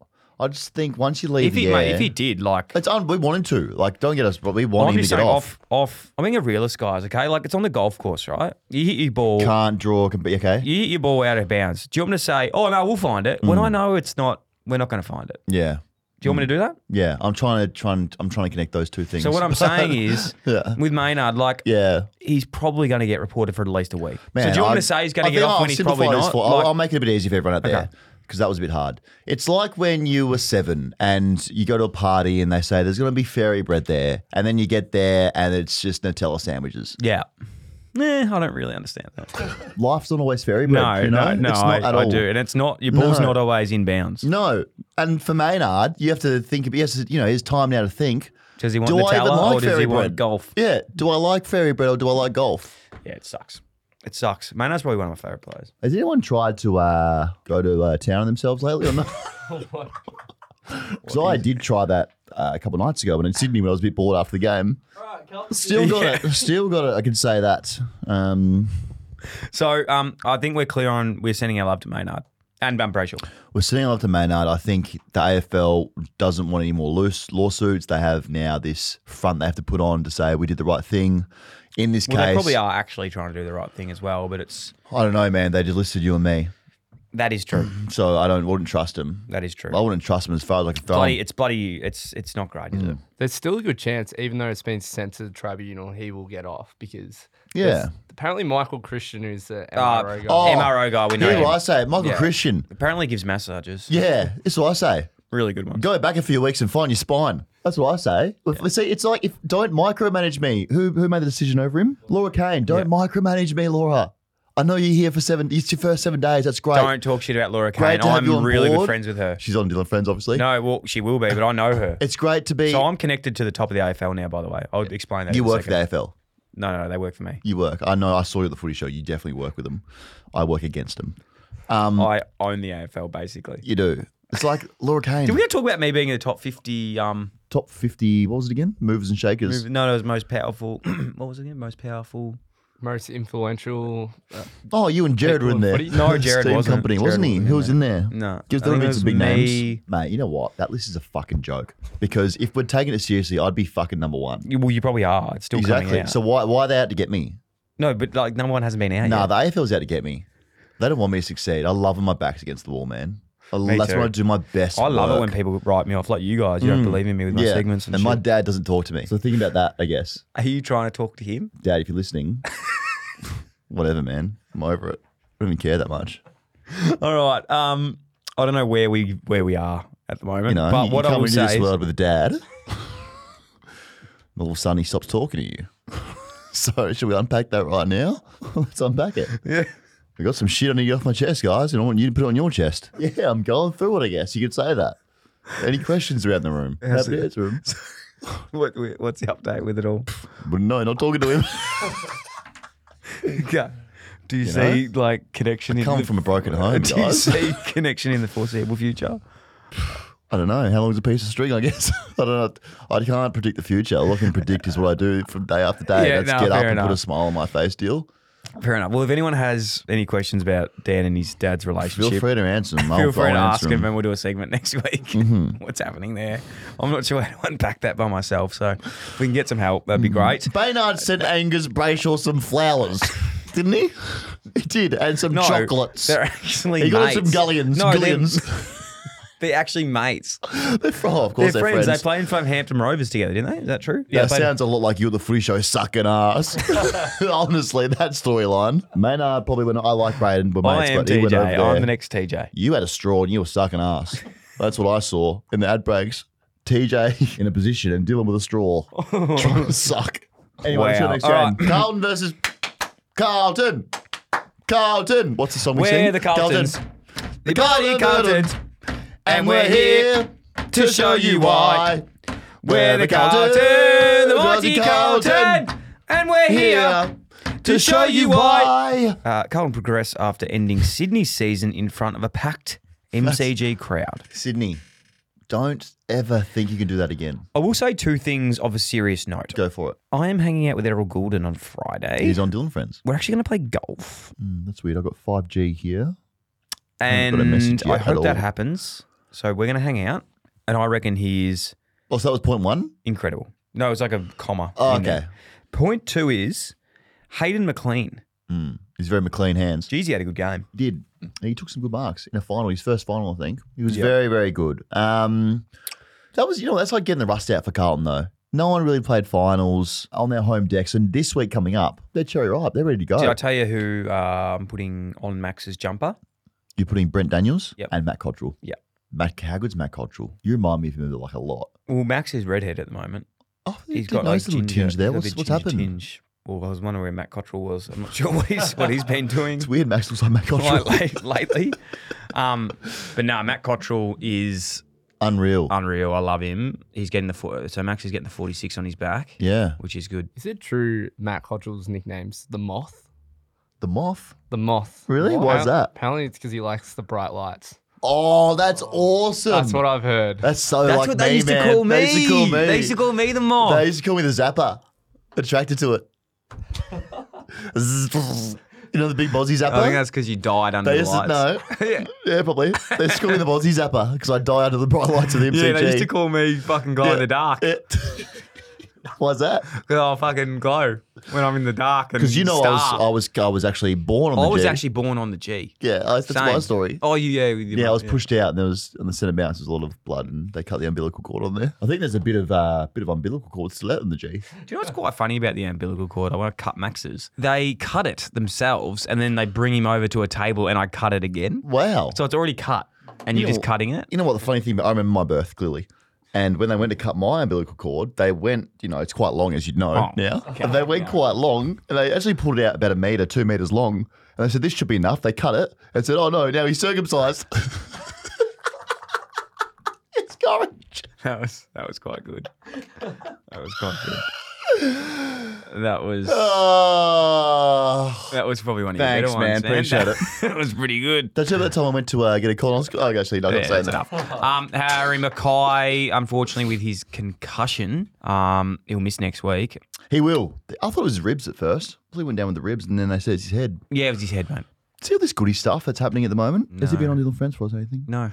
[SPEAKER 2] I just think once you leave
[SPEAKER 4] If he,
[SPEAKER 2] the
[SPEAKER 4] mate,
[SPEAKER 2] air,
[SPEAKER 4] if he did, like,
[SPEAKER 2] it's un- we want him to. Like, don't get us. But we want
[SPEAKER 4] I'm
[SPEAKER 2] him to
[SPEAKER 4] just
[SPEAKER 2] get
[SPEAKER 4] saying
[SPEAKER 2] off.
[SPEAKER 4] off. off. I'm being a realist, guys. Okay, like it's on the golf course, right? You hit your ball.
[SPEAKER 2] Can't draw. Can be okay.
[SPEAKER 4] You hit your ball out of bounds. Do you want me to say, "Oh no, we'll find it"?
[SPEAKER 2] Mm.
[SPEAKER 4] When I know it's not, we're not going to find it.
[SPEAKER 2] Yeah,
[SPEAKER 4] Do you want me to do that?
[SPEAKER 2] yeah. I'm trying to try and I'm trying to connect those two things.
[SPEAKER 4] So what
[SPEAKER 2] [laughs]
[SPEAKER 4] I'm saying is,
[SPEAKER 2] Mm. Yeah.
[SPEAKER 4] with Maynard, like
[SPEAKER 2] yeah.
[SPEAKER 4] he's probably going to get reported for at least a week. so do you want
[SPEAKER 2] I-
[SPEAKER 4] me to say he's going
[SPEAKER 2] I
[SPEAKER 4] to get
[SPEAKER 2] think
[SPEAKER 4] off
[SPEAKER 2] I'll
[SPEAKER 4] when he's probably
[SPEAKER 2] simplify this
[SPEAKER 4] not?
[SPEAKER 2] for- I'll,
[SPEAKER 4] Like,
[SPEAKER 2] I'll make it a bit easier for everyone out there
[SPEAKER 4] Okay.
[SPEAKER 2] because that was a bit hard. It's like when you were seven and you go to a party and they say there's going to be fairy bread there, and then you get there and it's just Nutella sandwiches.
[SPEAKER 4] yeah. Nah, I don't really understand that.
[SPEAKER 2] Life's not always fairy bread.
[SPEAKER 4] No,
[SPEAKER 2] you know?
[SPEAKER 4] no, no,
[SPEAKER 2] It's
[SPEAKER 4] I,
[SPEAKER 2] not at
[SPEAKER 4] I
[SPEAKER 2] all.
[SPEAKER 4] do, and it's not your ball's
[SPEAKER 2] No. Mm.
[SPEAKER 4] not always in bounds.
[SPEAKER 2] No, and for Maynard, you have to think. He has, to- you know, his time now to think.
[SPEAKER 4] Does he want
[SPEAKER 2] Do I even
[SPEAKER 4] Nutella
[SPEAKER 2] like
[SPEAKER 4] or does
[SPEAKER 2] fairy
[SPEAKER 4] he want
[SPEAKER 2] bread?
[SPEAKER 4] golf?
[SPEAKER 2] Yeah, do I like fairy bread or do I like golf?
[SPEAKER 4] Yeah, it sucks. It sucks. Maynard's probably one of my favorite players.
[SPEAKER 2] Has anyone tried to uh, go to uh, town on themselves lately or not? [laughs] Because I did try that uh, a couple nights ago when in Sydney when I was a bit bored after the game. Still got
[SPEAKER 4] [laughs]
[SPEAKER 2] it. Still got it. I can say that. Um,
[SPEAKER 4] So um, I think we're clear on we're sending our love to Maynard and Van Brayshaw.
[SPEAKER 2] we're sitting up to Maynard. I think the AFL doesn't want any more loose lawsuits. They have now this front they have to put on to say we did the right thing. In this
[SPEAKER 4] Well, they
[SPEAKER 2] case,
[SPEAKER 4] probably are actually trying to do the right thing as well, but it's
[SPEAKER 2] I don't know, man. They just listed you and me,
[SPEAKER 4] that
[SPEAKER 2] [clears throat]
[SPEAKER 4] is true.
[SPEAKER 2] so I don't wouldn't trust them.
[SPEAKER 4] That is true.
[SPEAKER 2] I wouldn't trust them as far as I can throw.
[SPEAKER 4] bloody,
[SPEAKER 2] 'em.
[SPEAKER 4] it's bloody, it's it's not great, is
[SPEAKER 2] Mm.
[SPEAKER 4] it?
[SPEAKER 5] There's still a good chance, even though it's been sent to the tribunal, he will get off because
[SPEAKER 2] Yeah.
[SPEAKER 5] there's- apparently Michael Christian, who's the
[SPEAKER 4] Uh,
[SPEAKER 5] MRO guy,
[SPEAKER 2] Oh.
[SPEAKER 4] MRO guy, we know.
[SPEAKER 2] Yeah,
[SPEAKER 4] him.
[SPEAKER 2] well, I say Michael
[SPEAKER 4] Yeah.
[SPEAKER 2] Christian.
[SPEAKER 4] Apparently gives massages.
[SPEAKER 2] Yeah, that's what I say.
[SPEAKER 4] Really good one.
[SPEAKER 2] Go back a few weeks and find your spine. That's what I say. If- See, it's like if don't micromanage me. Who who made the decision over him? Laura Kane. Don't micromanage me, Laura. I know you're here for seven. It's your first seven days. That's great.
[SPEAKER 4] Don't talk shit about Laura
[SPEAKER 2] Great
[SPEAKER 4] Kane.
[SPEAKER 2] to have you
[SPEAKER 4] I'm
[SPEAKER 2] on
[SPEAKER 4] really
[SPEAKER 2] board.
[SPEAKER 4] good friends with her.
[SPEAKER 2] She's on Dylan Friends, obviously.
[SPEAKER 4] No, well, she will be, but I know her.
[SPEAKER 2] It's great to be.
[SPEAKER 4] So I'm connected to the top of the AFL now, by the way. I'll explain that.
[SPEAKER 2] you
[SPEAKER 4] in a
[SPEAKER 2] work for
[SPEAKER 4] second.
[SPEAKER 2] the AFL.
[SPEAKER 4] No, no, no, they work for me.
[SPEAKER 2] You work. I know. I saw you at the footy show. You definitely work with them. I work against them. Um,
[SPEAKER 4] I own the AFL basically.
[SPEAKER 2] You do. It's like Laura Kane.
[SPEAKER 4] Did we talk about me being in the top 50? Um,
[SPEAKER 2] top fifty. What was it again? Movers and shakers.
[SPEAKER 4] move- no, no, it was most powerful. [clears throat] what was it again? Most powerful.
[SPEAKER 5] most influential.
[SPEAKER 2] Oh, you and Jared were in there.
[SPEAKER 5] What do you-
[SPEAKER 2] [laughs]
[SPEAKER 4] No, Jared
[SPEAKER 2] Steam
[SPEAKER 4] wasn't.
[SPEAKER 2] Company,
[SPEAKER 4] Jared
[SPEAKER 2] wasn't he?
[SPEAKER 4] wasn't
[SPEAKER 2] Who
[SPEAKER 4] in
[SPEAKER 2] was in there?
[SPEAKER 4] No.
[SPEAKER 2] Gives
[SPEAKER 4] I
[SPEAKER 2] them
[SPEAKER 4] think it
[SPEAKER 2] bits
[SPEAKER 4] was
[SPEAKER 2] of big
[SPEAKER 4] me.
[SPEAKER 2] names. Mate, you know what? That list is a fucking joke. Because if we're taking it seriously, I'd be fucking number one.
[SPEAKER 4] You- Well, you probably are. It's still Coming
[SPEAKER 2] Exactly.
[SPEAKER 4] out.
[SPEAKER 2] So why why are they out to get me?
[SPEAKER 4] no, but like number one hasn't been out.
[SPEAKER 2] Nah,
[SPEAKER 4] yet.
[SPEAKER 2] the AFL's out to get me. They don't want me to succeed. I love when my back's against the wall, man. I
[SPEAKER 4] Me
[SPEAKER 2] that's
[SPEAKER 4] too.
[SPEAKER 2] when I do my best.
[SPEAKER 4] I love it
[SPEAKER 2] work. Mm.
[SPEAKER 4] when people write me off like you guys. You don't believe in me with my
[SPEAKER 2] yeah.
[SPEAKER 4] segments and,
[SPEAKER 2] my
[SPEAKER 4] shit.
[SPEAKER 2] dad doesn't talk to me. So think about that, I guess.
[SPEAKER 4] Are you trying to talk to him? [laughs]
[SPEAKER 2] Dad, if you're listening, whatever, man. I'm over it. I don't even care that much.
[SPEAKER 4] All right. Um, I don't know where we where we are at the moment,
[SPEAKER 2] You know,
[SPEAKER 4] but
[SPEAKER 2] you,
[SPEAKER 4] what
[SPEAKER 2] you
[SPEAKER 4] I
[SPEAKER 2] come
[SPEAKER 4] will
[SPEAKER 2] into
[SPEAKER 4] say
[SPEAKER 2] this
[SPEAKER 4] is,
[SPEAKER 2] world with a dad, [laughs] all of a sudden he stops talking to you. [laughs] so should we unpack that right now? [laughs] Let's unpack it.
[SPEAKER 4] Yeah.
[SPEAKER 2] I got some shit underneath off my chest, guys, and I want you to put it on your chest. [laughs] Yeah, I'm going through it. I guess you could say that. Any questions around the room? Happy to answer [laughs] 'em.
[SPEAKER 4] [laughs] what, what's the update with it all? [laughs]
[SPEAKER 2] But no, not talking to [laughs] him.
[SPEAKER 4] Okay. Do you,
[SPEAKER 2] know?
[SPEAKER 4] see like connection? in
[SPEAKER 2] Come
[SPEAKER 4] the,
[SPEAKER 2] from a broken [laughs] home,
[SPEAKER 4] [laughs] Do you
[SPEAKER 2] guys.
[SPEAKER 4] see connection in the foreseeable future?
[SPEAKER 2] I don't know. How long's a piece of string? I guess [laughs] I don't know. I can't predict the future. All I can predict is what I do from day after day.
[SPEAKER 4] Yeah,
[SPEAKER 2] That's
[SPEAKER 4] no,
[SPEAKER 2] get up
[SPEAKER 4] fair
[SPEAKER 2] and put a
[SPEAKER 4] enough.
[SPEAKER 2] smile on my face. Deal.
[SPEAKER 4] Fair enough. Well, if anyone has any questions about Dan and his dad's
[SPEAKER 2] Feel
[SPEAKER 4] relationship,
[SPEAKER 2] free to answer them. I'll-
[SPEAKER 4] [laughs] feel free
[SPEAKER 2] I'll
[SPEAKER 4] to ask
[SPEAKER 2] answer Mm-hmm.
[SPEAKER 4] him,
[SPEAKER 2] them.
[SPEAKER 4] and we'll do a segment [laughs] next week. [laughs] What's happening there? I'm not sure how to [laughs] unpack that by myself. So if we can get some help, that'd be
[SPEAKER 2] Mm-hmm.
[SPEAKER 4] great.
[SPEAKER 2] Baynard sent Angus Brayshaw some
[SPEAKER 4] [laughs]
[SPEAKER 2] flowers, didn't he? He did, and some
[SPEAKER 4] No,
[SPEAKER 2] chocolates.
[SPEAKER 4] They're actually
[SPEAKER 2] He got
[SPEAKER 4] mates.
[SPEAKER 2] some gullions.
[SPEAKER 4] No, they're-
[SPEAKER 2] gullions.
[SPEAKER 4] [laughs] They're, actually mates.
[SPEAKER 2] They're, oh, of course
[SPEAKER 4] they're
[SPEAKER 2] they're,
[SPEAKER 4] friends.
[SPEAKER 2] friends.
[SPEAKER 4] They played in Hampton Rovers together, didn't they? Is that true?
[SPEAKER 2] That
[SPEAKER 4] they played-
[SPEAKER 2] sounds a lot like you're the free show sucking
[SPEAKER 4] [laughs]
[SPEAKER 2] ass. [laughs] Honestly, that storyline. Maynard probably when I like Braden were
[SPEAKER 4] I
[SPEAKER 2] mates,
[SPEAKER 4] am
[SPEAKER 2] but he went over
[SPEAKER 4] TJ.
[SPEAKER 2] there.
[SPEAKER 4] I'm the next TJ.
[SPEAKER 2] you had a straw and you were sucking ass. That's what I saw in the ad breaks. TJ [laughs] in a position and Dylan with a straw
[SPEAKER 4] [laughs]
[SPEAKER 2] trying to suck. Anyway, what's your
[SPEAKER 4] Wow.
[SPEAKER 2] next
[SPEAKER 4] All
[SPEAKER 2] round? Carlton versus Carlton. Carlton. What's the song we
[SPEAKER 4] We're
[SPEAKER 2] sing?
[SPEAKER 4] the Carltons. The bloody
[SPEAKER 2] Carlton.
[SPEAKER 4] Carltons. And we're here to show you why. We're the Carlton, the mighty Carlton, and we're here. to show you why. Uh, Carlton progress after ending Sydney's season in front of a packed MCG crowd.
[SPEAKER 2] Sydney, don't ever think you can do that again.
[SPEAKER 4] I will say two things of a serious note.
[SPEAKER 2] Go for it.
[SPEAKER 4] I am hanging out with Errol Goulden on Friday.
[SPEAKER 2] He's on Dylan Friends.
[SPEAKER 4] We're actually going to play golf,
[SPEAKER 2] Mm, that's weird. I've got 5G here. haven't got a message
[SPEAKER 4] and I
[SPEAKER 2] yet at
[SPEAKER 4] hope that
[SPEAKER 2] all.
[SPEAKER 4] happens. So we're going to hang out, and I reckon he is
[SPEAKER 2] Oh, so that was point one?
[SPEAKER 4] incredible. No, it's like a comma.
[SPEAKER 2] Oh,
[SPEAKER 4] in there.
[SPEAKER 2] okay.
[SPEAKER 4] Point two is Hayden McLean.
[SPEAKER 2] Mm, he's very McLean hands.
[SPEAKER 4] Geez, he had a good game.
[SPEAKER 2] did. He took some good marks in a final, his first final, I think. He was very, very good. Um, that was, you know, that's like getting the rust out for Carlton, though. No one really played finals on their home decks, and this week coming up, they're cherry ripe. They're ready to go.
[SPEAKER 4] Did I tell you who uh, I'm putting on Max's jumper?
[SPEAKER 2] You're putting Brent Daniels
[SPEAKER 4] Yep.
[SPEAKER 2] and Matt Cottrell.
[SPEAKER 4] Yep.
[SPEAKER 2] Matt, how good's Matt Cottrell? You remind me of him like a lot.
[SPEAKER 4] Well, Max is redhead at the moment.
[SPEAKER 2] Oh,
[SPEAKER 4] He's
[SPEAKER 2] he's got
[SPEAKER 4] got like
[SPEAKER 2] nice little
[SPEAKER 4] ginger-
[SPEAKER 2] tinge there.
[SPEAKER 4] got a
[SPEAKER 2] What's,
[SPEAKER 4] bit
[SPEAKER 2] what's
[SPEAKER 4] ginger
[SPEAKER 2] happened?
[SPEAKER 4] Tinge. Well, I was wondering where Matt Cottrell was. I'm not [laughs] sure what he's what he's been
[SPEAKER 2] [laughs]
[SPEAKER 4] doing
[SPEAKER 2] It's weird. Max looks like
[SPEAKER 4] [laughs]
[SPEAKER 2] Matt Cottrell.
[SPEAKER 4] like, late- lately. Um, but no, Matt Cottrell is
[SPEAKER 2] Unreal.
[SPEAKER 4] unreal. I love him. He's getting the four, so Max is getting the 46 on his back,
[SPEAKER 2] yeah.
[SPEAKER 4] which is good.
[SPEAKER 5] Is it true Matt Cottrell's nickname's the Moth?
[SPEAKER 2] The moth.
[SPEAKER 5] The Moth.
[SPEAKER 2] Really? Why is that?
[SPEAKER 5] Apparently, it's because he likes the bright lights.
[SPEAKER 2] Oh, that's awesome.
[SPEAKER 5] That's what I've heard.
[SPEAKER 2] That's so
[SPEAKER 4] That's
[SPEAKER 2] like
[SPEAKER 4] what
[SPEAKER 2] me,
[SPEAKER 4] they used
[SPEAKER 2] man.
[SPEAKER 4] to call me.
[SPEAKER 2] They used to call me.
[SPEAKER 4] They used to call me the moth.
[SPEAKER 2] They used to call me the zapper. Attracted to
[SPEAKER 4] [laughs]
[SPEAKER 2] it. Zzz, you know the big Bozzy zapper?
[SPEAKER 4] I think that's because you died under
[SPEAKER 2] they used
[SPEAKER 4] the
[SPEAKER 2] to,
[SPEAKER 4] lights. [laughs]
[SPEAKER 2] no. [laughs] yeah. probably. They used to call me the Bozzy zapper because I die under the bright lights of the MCG.
[SPEAKER 4] [laughs] Yeah, they used to call me fucking glow in the dark.
[SPEAKER 2] [laughs] Why's that?
[SPEAKER 4] Because I'll fucking glow when I'm in the dark.
[SPEAKER 2] [laughs] Because you know I was, I was I was actually born on the
[SPEAKER 4] I was
[SPEAKER 2] G.
[SPEAKER 4] actually born on the G.
[SPEAKER 2] yeah, uh, that's, that's my
[SPEAKER 4] Same.
[SPEAKER 2] story.
[SPEAKER 4] Oh, you, yeah. with your
[SPEAKER 2] Yeah, I
[SPEAKER 4] mum,
[SPEAKER 2] was pushed out, and there was on the centre bounce was a lot of blood, and they cut the umbilical cord on there. I think there's a bit of uh, bit of umbilical cord still out in the G.
[SPEAKER 4] Do you know what's quite funny about the umbilical cord? I want to cut Max's. They cut it themselves and then they bring him over to a table and I cut it again.
[SPEAKER 2] Wow.
[SPEAKER 4] So it's already cut and you're
[SPEAKER 2] know-
[SPEAKER 4] just cutting it.
[SPEAKER 2] You know what the funny thing? About, I remember my birth clearly, and when they went to cut my umbilical cord, they went. You know, it's quite long, as you'd know
[SPEAKER 4] Oh,
[SPEAKER 2] now. And they went quite long, and they actually pulled it out about a meter, two meters long. And they said this should be enough. They cut it and said, "Oh no, now he's circumcised." [laughs] it's
[SPEAKER 4] [sighs]
[SPEAKER 2] courage.
[SPEAKER 4] [laughs] That was that was quite good. That was quite good. That was
[SPEAKER 2] Oh.
[SPEAKER 4] that was probably one of
[SPEAKER 2] Thanks,
[SPEAKER 4] your better ones.
[SPEAKER 2] man. Appreciate it.
[SPEAKER 4] [laughs] that was pretty good.
[SPEAKER 2] Did you remember that time I went to uh, get a colonoscopy? Oh, actually, no, I'm not
[SPEAKER 4] Yeah,
[SPEAKER 2] saying
[SPEAKER 4] that's
[SPEAKER 2] that.
[SPEAKER 4] enough. [laughs] Um, Harry Mackay, unfortunately, with his concussion, um, he'll miss next week.
[SPEAKER 2] He will. I thought it was his ribs at first. Well, he went down with the ribs, and then they said it's his head.
[SPEAKER 4] Yeah, it was his head, mate.
[SPEAKER 2] See all this goody stuff that's happening at the moment? Has he
[SPEAKER 4] No.
[SPEAKER 2] been on Dylan Friends for us or anything?
[SPEAKER 4] No.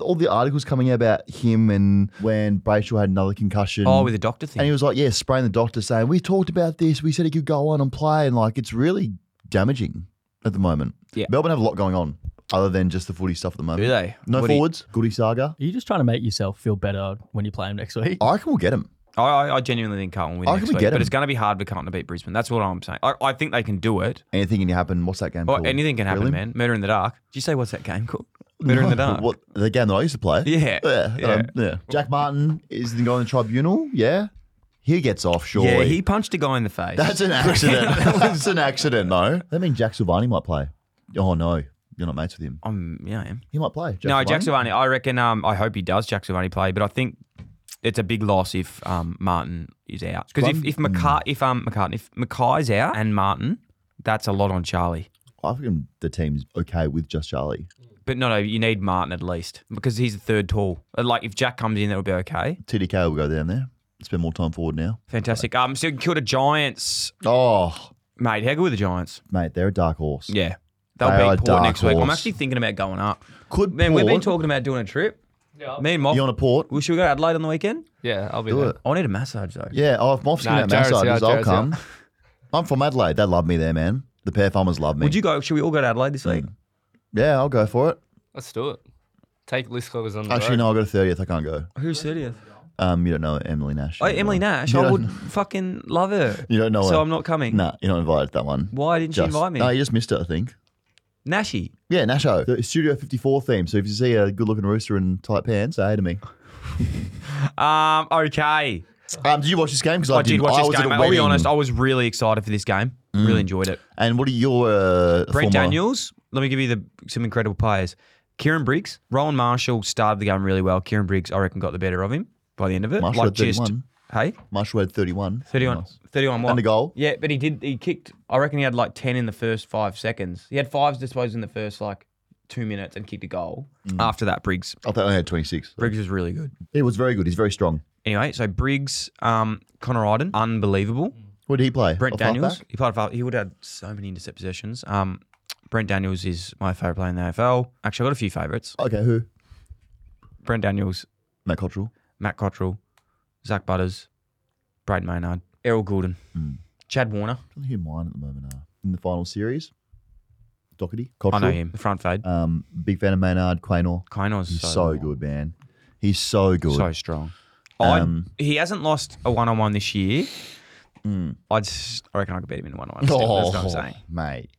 [SPEAKER 2] all the articles coming out about him and when Brayshaw had another concussion.
[SPEAKER 4] Oh, with the doctor thing.
[SPEAKER 2] and he was like, yeah, spraying the doctor saying, we talked about this. We said he could go on and play. And like, it's really damaging at the moment.
[SPEAKER 4] Yeah.
[SPEAKER 2] Melbourne have a lot going on other than just the footy stuff at the moment.
[SPEAKER 4] Do they?
[SPEAKER 2] No
[SPEAKER 4] What do you-
[SPEAKER 2] forwards, Goody Saga.
[SPEAKER 6] Are you just trying to make yourself feel better when you play him next week?
[SPEAKER 2] I reckon we'll get him.
[SPEAKER 4] I, I, I genuinely think Carlton win
[SPEAKER 2] I reckon
[SPEAKER 4] next
[SPEAKER 2] we
[SPEAKER 4] week,
[SPEAKER 2] get 'em.
[SPEAKER 4] but it's going to be hard for Carlton to beat Brisbane. That's what I'm saying. I, I think they can do it.
[SPEAKER 2] Anything can happen. What's that game
[SPEAKER 4] Or
[SPEAKER 2] called?
[SPEAKER 4] anything can happen,
[SPEAKER 2] Prelim?
[SPEAKER 4] man. Murder in the Dark. Did you say what's that
[SPEAKER 2] [laughs]
[SPEAKER 4] game called? Murder in the
[SPEAKER 2] No,
[SPEAKER 4] Dark.
[SPEAKER 2] What the game that I used to play?
[SPEAKER 4] Yeah,
[SPEAKER 2] yeah,
[SPEAKER 4] yeah.
[SPEAKER 2] um, yeah. Jack Martin is the guy in the tribunal. Yeah, he gets off. Surely.
[SPEAKER 4] Yeah, he punched a guy in the
[SPEAKER 2] [laughs]
[SPEAKER 4] face.
[SPEAKER 2] That's an
[SPEAKER 4] [laughs]
[SPEAKER 2] accident. That's an accident. No, that means Jack Silvani might play. Oh no, you're not mates with him.
[SPEAKER 4] um, yeah, I am.
[SPEAKER 2] He might play. Jack
[SPEAKER 4] no,
[SPEAKER 2] Silvani.
[SPEAKER 4] Jack Silvani. I reckon. Um, I hope he does Jack Silvani play, but I think it's a big loss if um Martin is out because if if
[SPEAKER 2] Mm.
[SPEAKER 4] McCart if um McCartan if Mackay's out and Martin, that's a lot on Charlie.
[SPEAKER 2] I reckon the team's okay with just Charlie.
[SPEAKER 4] But no, no, you need Martin at least because he's the third tall. Uh, Like if Jack comes in, that'll be okay.
[SPEAKER 2] TDK will go down there. Spend more time forward now.
[SPEAKER 4] Fantastic. Um, so Kilda Giants,
[SPEAKER 2] Oh,
[SPEAKER 4] mate. How good were the Giants?
[SPEAKER 2] mate, they're a dark horse.
[SPEAKER 4] Yeah, they'll
[SPEAKER 2] They are
[SPEAKER 4] beat Port
[SPEAKER 2] dark
[SPEAKER 4] next week. I'm
[SPEAKER 2] horse.
[SPEAKER 4] actually thinking about going up.
[SPEAKER 2] Could
[SPEAKER 4] Man, we've been
[SPEAKER 2] Port-
[SPEAKER 4] talking about doing a trip. Me and Moff.
[SPEAKER 2] You on a port?
[SPEAKER 4] Well, should we go to Adelaide on the weekend?
[SPEAKER 5] Yeah, I'll be
[SPEAKER 2] Do
[SPEAKER 5] there.
[SPEAKER 2] it.
[SPEAKER 4] I need a massage though.
[SPEAKER 2] Yeah, oh, if Moff's
[SPEAKER 5] Nah,
[SPEAKER 2] gonna
[SPEAKER 5] Jared's
[SPEAKER 2] massage,
[SPEAKER 5] out,
[SPEAKER 2] I'll
[SPEAKER 5] Jared's
[SPEAKER 2] come. I'm from Adelaide. They love me there, man. The pair farmers love me.
[SPEAKER 4] Would you go? Should we all go to Adelaide this week?
[SPEAKER 2] Yeah, I'll go for it.
[SPEAKER 5] Let's do it. Take list cloggers on the
[SPEAKER 2] Actually,
[SPEAKER 5] road.
[SPEAKER 2] no, I got a thirtieth. I can't go.
[SPEAKER 4] Who's thirtieth?
[SPEAKER 2] Um, you don't know Emily Nash.
[SPEAKER 4] Oh, Emily Nash.
[SPEAKER 2] You
[SPEAKER 4] I
[SPEAKER 2] don't-
[SPEAKER 4] would fucking love her.
[SPEAKER 2] [laughs] You don't know
[SPEAKER 4] So
[SPEAKER 2] her.
[SPEAKER 4] I'm not coming.
[SPEAKER 2] Nah, you're not invited to that one.
[SPEAKER 4] Why didn't
[SPEAKER 2] Just-
[SPEAKER 4] she invite me?
[SPEAKER 2] No, you just missed it. I think.
[SPEAKER 4] Nashy.
[SPEAKER 2] Yeah, Nasho. The Studio 54 theme. So if you see a good-looking rooster in tight pants, say hey to me.
[SPEAKER 4] Um. Okay.
[SPEAKER 2] Um, did you watch this game? Because I,
[SPEAKER 4] I did watch
[SPEAKER 2] I
[SPEAKER 4] this
[SPEAKER 2] was
[SPEAKER 4] game.
[SPEAKER 2] At
[SPEAKER 4] mate.
[SPEAKER 2] a
[SPEAKER 4] I'll be
[SPEAKER 2] wedding. Mm.
[SPEAKER 4] honest. I was really excited for this game. Really enjoyed it.
[SPEAKER 2] And what are your uh,
[SPEAKER 4] Brent
[SPEAKER 2] former-
[SPEAKER 4] Daniels. Let me give you the some incredible players. Kieran Briggs, Rowan Marshall started the game really well. Kieran Briggs, I reckon, got the better of him by the end of it.
[SPEAKER 2] Marshall
[SPEAKER 4] like
[SPEAKER 2] had
[SPEAKER 4] just
[SPEAKER 2] 31.
[SPEAKER 4] hey,
[SPEAKER 2] Marshall had 31.
[SPEAKER 4] 31,
[SPEAKER 2] Nice.
[SPEAKER 4] 31 what?
[SPEAKER 2] And a goal.
[SPEAKER 4] Yeah, but he did. He kicked. I reckon he had like ten in the first five seconds. He had fives disposed in the first like two minutes and kicked a goal.
[SPEAKER 2] Mm.
[SPEAKER 4] After that, Briggs.
[SPEAKER 2] I thought I had 26.
[SPEAKER 4] Briggs was really good.
[SPEAKER 2] He was very good. He's very strong.
[SPEAKER 4] Anyway, so Briggs, um, Connor Iden, unbelievable.
[SPEAKER 2] What did he play?
[SPEAKER 4] Brent
[SPEAKER 2] Off
[SPEAKER 4] Daniels,
[SPEAKER 2] halfback?
[SPEAKER 4] he played. half- He would have had so many intercept possessions. Um, Brent Daniels is my favorite player in the AFL. Actually, I got a few favorites.
[SPEAKER 2] Okay, who?
[SPEAKER 4] Brent Daniels,
[SPEAKER 2] Matt Cottrell.
[SPEAKER 4] Matt Cottrell, Zach Butters, Braden Maynard, Errol Goulden,
[SPEAKER 2] Hmm.
[SPEAKER 4] Chad Warner.
[SPEAKER 2] I don't know who mine at the moment are. In the final series, Doherty.
[SPEAKER 4] I
[SPEAKER 2] Cottrell.
[SPEAKER 4] know him. The front fade.
[SPEAKER 2] Um, big fan of Maynard, Quaynor.
[SPEAKER 4] Kynor's
[SPEAKER 2] He's so,
[SPEAKER 4] so
[SPEAKER 2] good, man. He's so good.
[SPEAKER 4] So strong.
[SPEAKER 2] Um, Hmm.
[SPEAKER 4] I he hasn't lost a one on one this year. I'd, s- I reckon I could beat him in one on one. That's what
[SPEAKER 2] Oh.
[SPEAKER 4] I'm saying.
[SPEAKER 2] mate.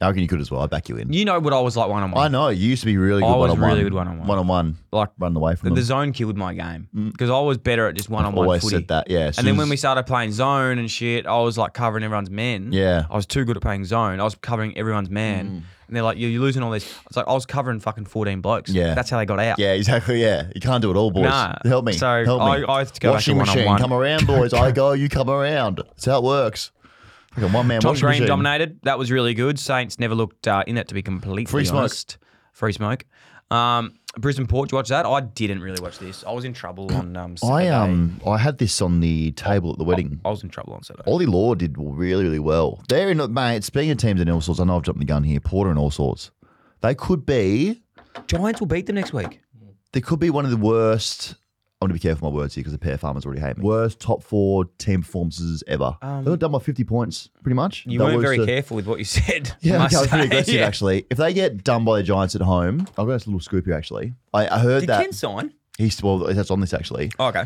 [SPEAKER 2] I reckon you could as well. I back you in.
[SPEAKER 4] You know what I was like one on
[SPEAKER 2] I
[SPEAKER 4] one.
[SPEAKER 2] know. You used to be really good
[SPEAKER 4] I was
[SPEAKER 2] one-on-one.
[SPEAKER 4] really good one-on-one.
[SPEAKER 2] One-on-one.
[SPEAKER 4] Like
[SPEAKER 2] Run away from
[SPEAKER 4] the, the
[SPEAKER 2] them.
[SPEAKER 4] zone killed my game because I was better at just one on one.
[SPEAKER 2] Hmm. Always
[SPEAKER 4] footy.
[SPEAKER 2] said that, yeah. as
[SPEAKER 4] And then
[SPEAKER 2] soon
[SPEAKER 4] when
[SPEAKER 2] as-
[SPEAKER 4] we started playing zone and shit, I was like covering everyone's men.
[SPEAKER 2] Yeah. Mm.
[SPEAKER 4] I was too good at playing zone. I was covering everyone's man. And they're like, "You're you're losing all these." I was like, "I was covering fucking 14 blokes."
[SPEAKER 2] Yeah.
[SPEAKER 4] That's how they got out.
[SPEAKER 2] Yeah, exactly. Yeah, you can't do it all, boys.
[SPEAKER 4] Nah.
[SPEAKER 2] Help me.
[SPEAKER 4] So,
[SPEAKER 2] help me.
[SPEAKER 4] I- I have to go back to
[SPEAKER 2] washing machine.
[SPEAKER 4] one-on-one.
[SPEAKER 2] Come
[SPEAKER 4] [laughs]
[SPEAKER 2] around, boys. I go, you come around. That's how it works. Like a one man
[SPEAKER 4] Tom
[SPEAKER 2] washing
[SPEAKER 4] Green
[SPEAKER 2] machine.
[SPEAKER 4] dominated. That was really good. Saints never looked uh, in that to be completely
[SPEAKER 2] Free smoke.
[SPEAKER 4] honest. Free smoke. Um, Brisbane Port, did you watch that? I didn't really watch this. I was in trouble on um,
[SPEAKER 2] I
[SPEAKER 4] Saturday.
[SPEAKER 2] um, I had this on the table at the wedding.
[SPEAKER 4] I was in trouble on Saturday.
[SPEAKER 2] Ollie Law did really, really well. They're in, mate. Speaking of teams and all sorts, I know I've jumped the gun here. Porter and all sorts. They could be.
[SPEAKER 4] Giants will beat them next week.
[SPEAKER 2] They could be one of the worst. I'm gonna be careful with my words here because the pair farmers already hate me. Worst top four team performances ever. they were done by 50 points, pretty much.
[SPEAKER 4] Um, You
[SPEAKER 2] They
[SPEAKER 4] weren't
[SPEAKER 2] lose
[SPEAKER 4] very
[SPEAKER 2] to-
[SPEAKER 4] careful with what you said.
[SPEAKER 2] Yeah, [laughs]
[SPEAKER 4] must
[SPEAKER 2] okay, I was pretty
[SPEAKER 4] say.
[SPEAKER 2] aggressive
[SPEAKER 4] Yeah.
[SPEAKER 2] actually. If they get done by the Giants at home, I've got this little scoop here actually. I, I heard
[SPEAKER 4] Did
[SPEAKER 2] that
[SPEAKER 4] Ken sign?
[SPEAKER 2] he's well, that's on this actually.
[SPEAKER 4] Oh, okay.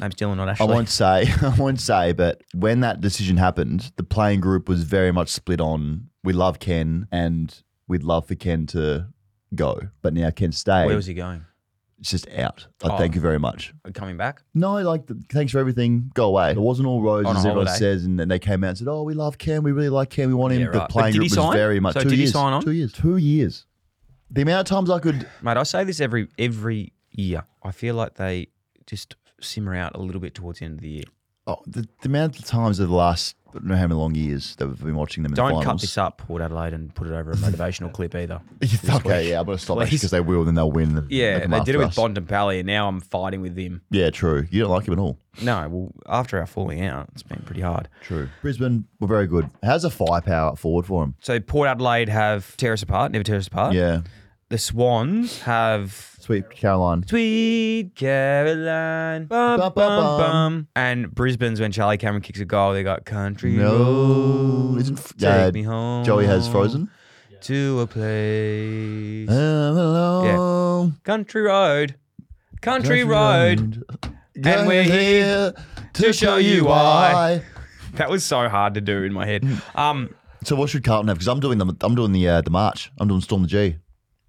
[SPEAKER 4] Name's Dylan, not
[SPEAKER 2] I
[SPEAKER 4] Ashley.
[SPEAKER 2] won't say, [laughs] I won't say, but when that decision happened, the playing group was very much split on we love Ken and we'd love for Ken to go, but now Ken stay.
[SPEAKER 4] Where was he going?
[SPEAKER 2] It's just out. Like,
[SPEAKER 4] Oh.
[SPEAKER 2] Thank you very much.
[SPEAKER 4] Coming back?
[SPEAKER 2] No, like the, thanks for everything. Go away. It wasn't all roses,
[SPEAKER 4] On a
[SPEAKER 2] as everyone
[SPEAKER 4] holiday.
[SPEAKER 2] says, and then they came out and said, "Oh, we love Cam. We really like Cam. We want him."
[SPEAKER 4] Yeah,
[SPEAKER 2] The
[SPEAKER 4] right. But
[SPEAKER 2] playing
[SPEAKER 4] did
[SPEAKER 2] group
[SPEAKER 4] he
[SPEAKER 2] was
[SPEAKER 4] sign?
[SPEAKER 2] very much
[SPEAKER 4] So
[SPEAKER 2] two
[SPEAKER 4] did he
[SPEAKER 2] years.
[SPEAKER 4] sign on?
[SPEAKER 2] Two years. Two years. The amount of times I could
[SPEAKER 4] Mate, I say this every every year. I feel like they just simmer out a little bit towards the end of the year.
[SPEAKER 2] Oh, the, the amount of times of the last, I don't know how many long years that we've been watching them in
[SPEAKER 4] Don't
[SPEAKER 2] the
[SPEAKER 4] cut
[SPEAKER 2] finals.
[SPEAKER 4] this up, Port Adelaide, and put it over a motivational
[SPEAKER 2] [laughs]
[SPEAKER 4] clip either. [laughs]
[SPEAKER 2] okay, yeah, I'm gonna stop
[SPEAKER 4] Please.
[SPEAKER 2] because they will, then they'll win. and
[SPEAKER 4] Yeah,
[SPEAKER 2] they'll come
[SPEAKER 4] they did
[SPEAKER 2] after
[SPEAKER 4] it with
[SPEAKER 2] us.
[SPEAKER 4] Bond and Pally, and now I'm fighting with him.
[SPEAKER 2] Yeah, true. You don't like him at all.
[SPEAKER 4] No, well, after our falling out, it's been pretty hard.
[SPEAKER 2] True. Brisbane were very good. How's a firepower forward for him?
[SPEAKER 4] So Port Adelaide have tear us apart, never tear us apart.
[SPEAKER 2] Yeah,
[SPEAKER 4] The Swans have
[SPEAKER 2] sweet Caroline.
[SPEAKER 4] Sweet Caroline, bum,
[SPEAKER 2] Bum,
[SPEAKER 4] bum,
[SPEAKER 2] bum,
[SPEAKER 4] bum,
[SPEAKER 2] bum.
[SPEAKER 4] and Brisbane's when Charlie Cameron kicks a goal, they got country
[SPEAKER 2] No,
[SPEAKER 4] roads
[SPEAKER 2] isn't f-
[SPEAKER 4] take
[SPEAKER 2] uh,
[SPEAKER 4] me home
[SPEAKER 2] Joey has frozen.
[SPEAKER 4] to a place.
[SPEAKER 2] I'm alone.
[SPEAKER 4] Country road, country, road.
[SPEAKER 2] Down
[SPEAKER 4] we're
[SPEAKER 2] here
[SPEAKER 4] to show you why. That was so hard to do in my head.
[SPEAKER 2] Hmm.
[SPEAKER 4] Um,
[SPEAKER 2] So what should Carlton have? Because I'm doing the I'm doing the uh, the march. I'm doing Storm the G.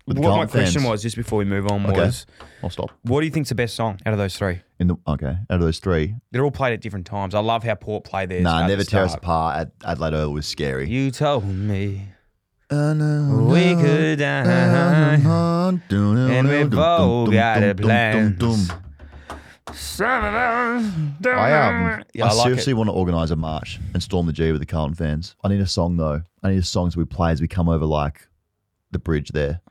[SPEAKER 2] With the
[SPEAKER 4] what my
[SPEAKER 2] Carlton fans.
[SPEAKER 4] question was, just before we move on,
[SPEAKER 2] Okay.
[SPEAKER 4] was
[SPEAKER 2] I'll stop.
[SPEAKER 4] what do you think's the best song out of those three?
[SPEAKER 2] In the okay, out of those three,
[SPEAKER 4] They're all played at different times. I love how Port play theirs. at
[SPEAKER 2] nah,
[SPEAKER 4] the
[SPEAKER 2] never tear us
[SPEAKER 4] start.
[SPEAKER 2] apart. At Adelaide Oval was scary.
[SPEAKER 4] You told me
[SPEAKER 2] I know,
[SPEAKER 4] we
[SPEAKER 2] know.
[SPEAKER 4] could die.
[SPEAKER 2] And
[SPEAKER 4] we've all got a blast.
[SPEAKER 2] I um,
[SPEAKER 4] Yeah, I
[SPEAKER 2] I,
[SPEAKER 4] like
[SPEAKER 2] seriously want to organise a march and storm the G with the Carlton fans. I need a song though. I need a song so we play as we come over like the bridge there,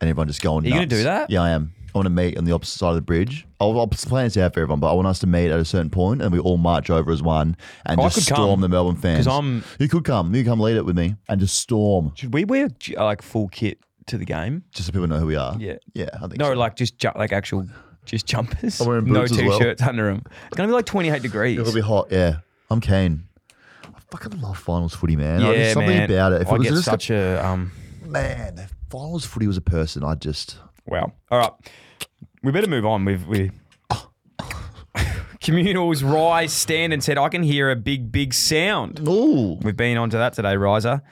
[SPEAKER 2] and everyone just going.
[SPEAKER 4] Are you gonna
[SPEAKER 2] nuts.
[SPEAKER 4] do that?
[SPEAKER 2] Yeah, I am. I want to meet on the opposite side of the bridge. I'll, I'll plan this out for everyone, but I want us to meet at a certain point and we all march over as one and
[SPEAKER 4] Oh, I
[SPEAKER 2] just
[SPEAKER 4] could
[SPEAKER 2] storm
[SPEAKER 4] come,
[SPEAKER 2] the Melbourne fans.
[SPEAKER 4] 'cause I'm-
[SPEAKER 2] You could come. You come lead it with me and just storm,
[SPEAKER 4] Should we wear j- like full kit to the game?
[SPEAKER 2] just so people know who we are.
[SPEAKER 4] Yeah.
[SPEAKER 2] yeah. I think
[SPEAKER 4] No,
[SPEAKER 2] so.
[SPEAKER 4] like just ju- like actual just jumpers.
[SPEAKER 2] I'm wearing boots
[SPEAKER 4] no
[SPEAKER 2] as well.
[SPEAKER 4] t-shirts under 'em. under them. It's gonna be like 28 degrees.
[SPEAKER 2] It'll be hot, yeah. I'm keen. I fucking love finals footy, man. I,
[SPEAKER 4] yeah,
[SPEAKER 2] there's something
[SPEAKER 4] man.
[SPEAKER 2] about it. If
[SPEAKER 4] I
[SPEAKER 2] it was
[SPEAKER 4] get
[SPEAKER 2] just
[SPEAKER 4] such a um.
[SPEAKER 2] a, man, if finals footy was a person, I just
[SPEAKER 4] Wow. All right. We better move on. We've we [laughs] communals rise stand and said I can hear a big big sound.
[SPEAKER 2] ooh.
[SPEAKER 4] We've been onto that today, Riser.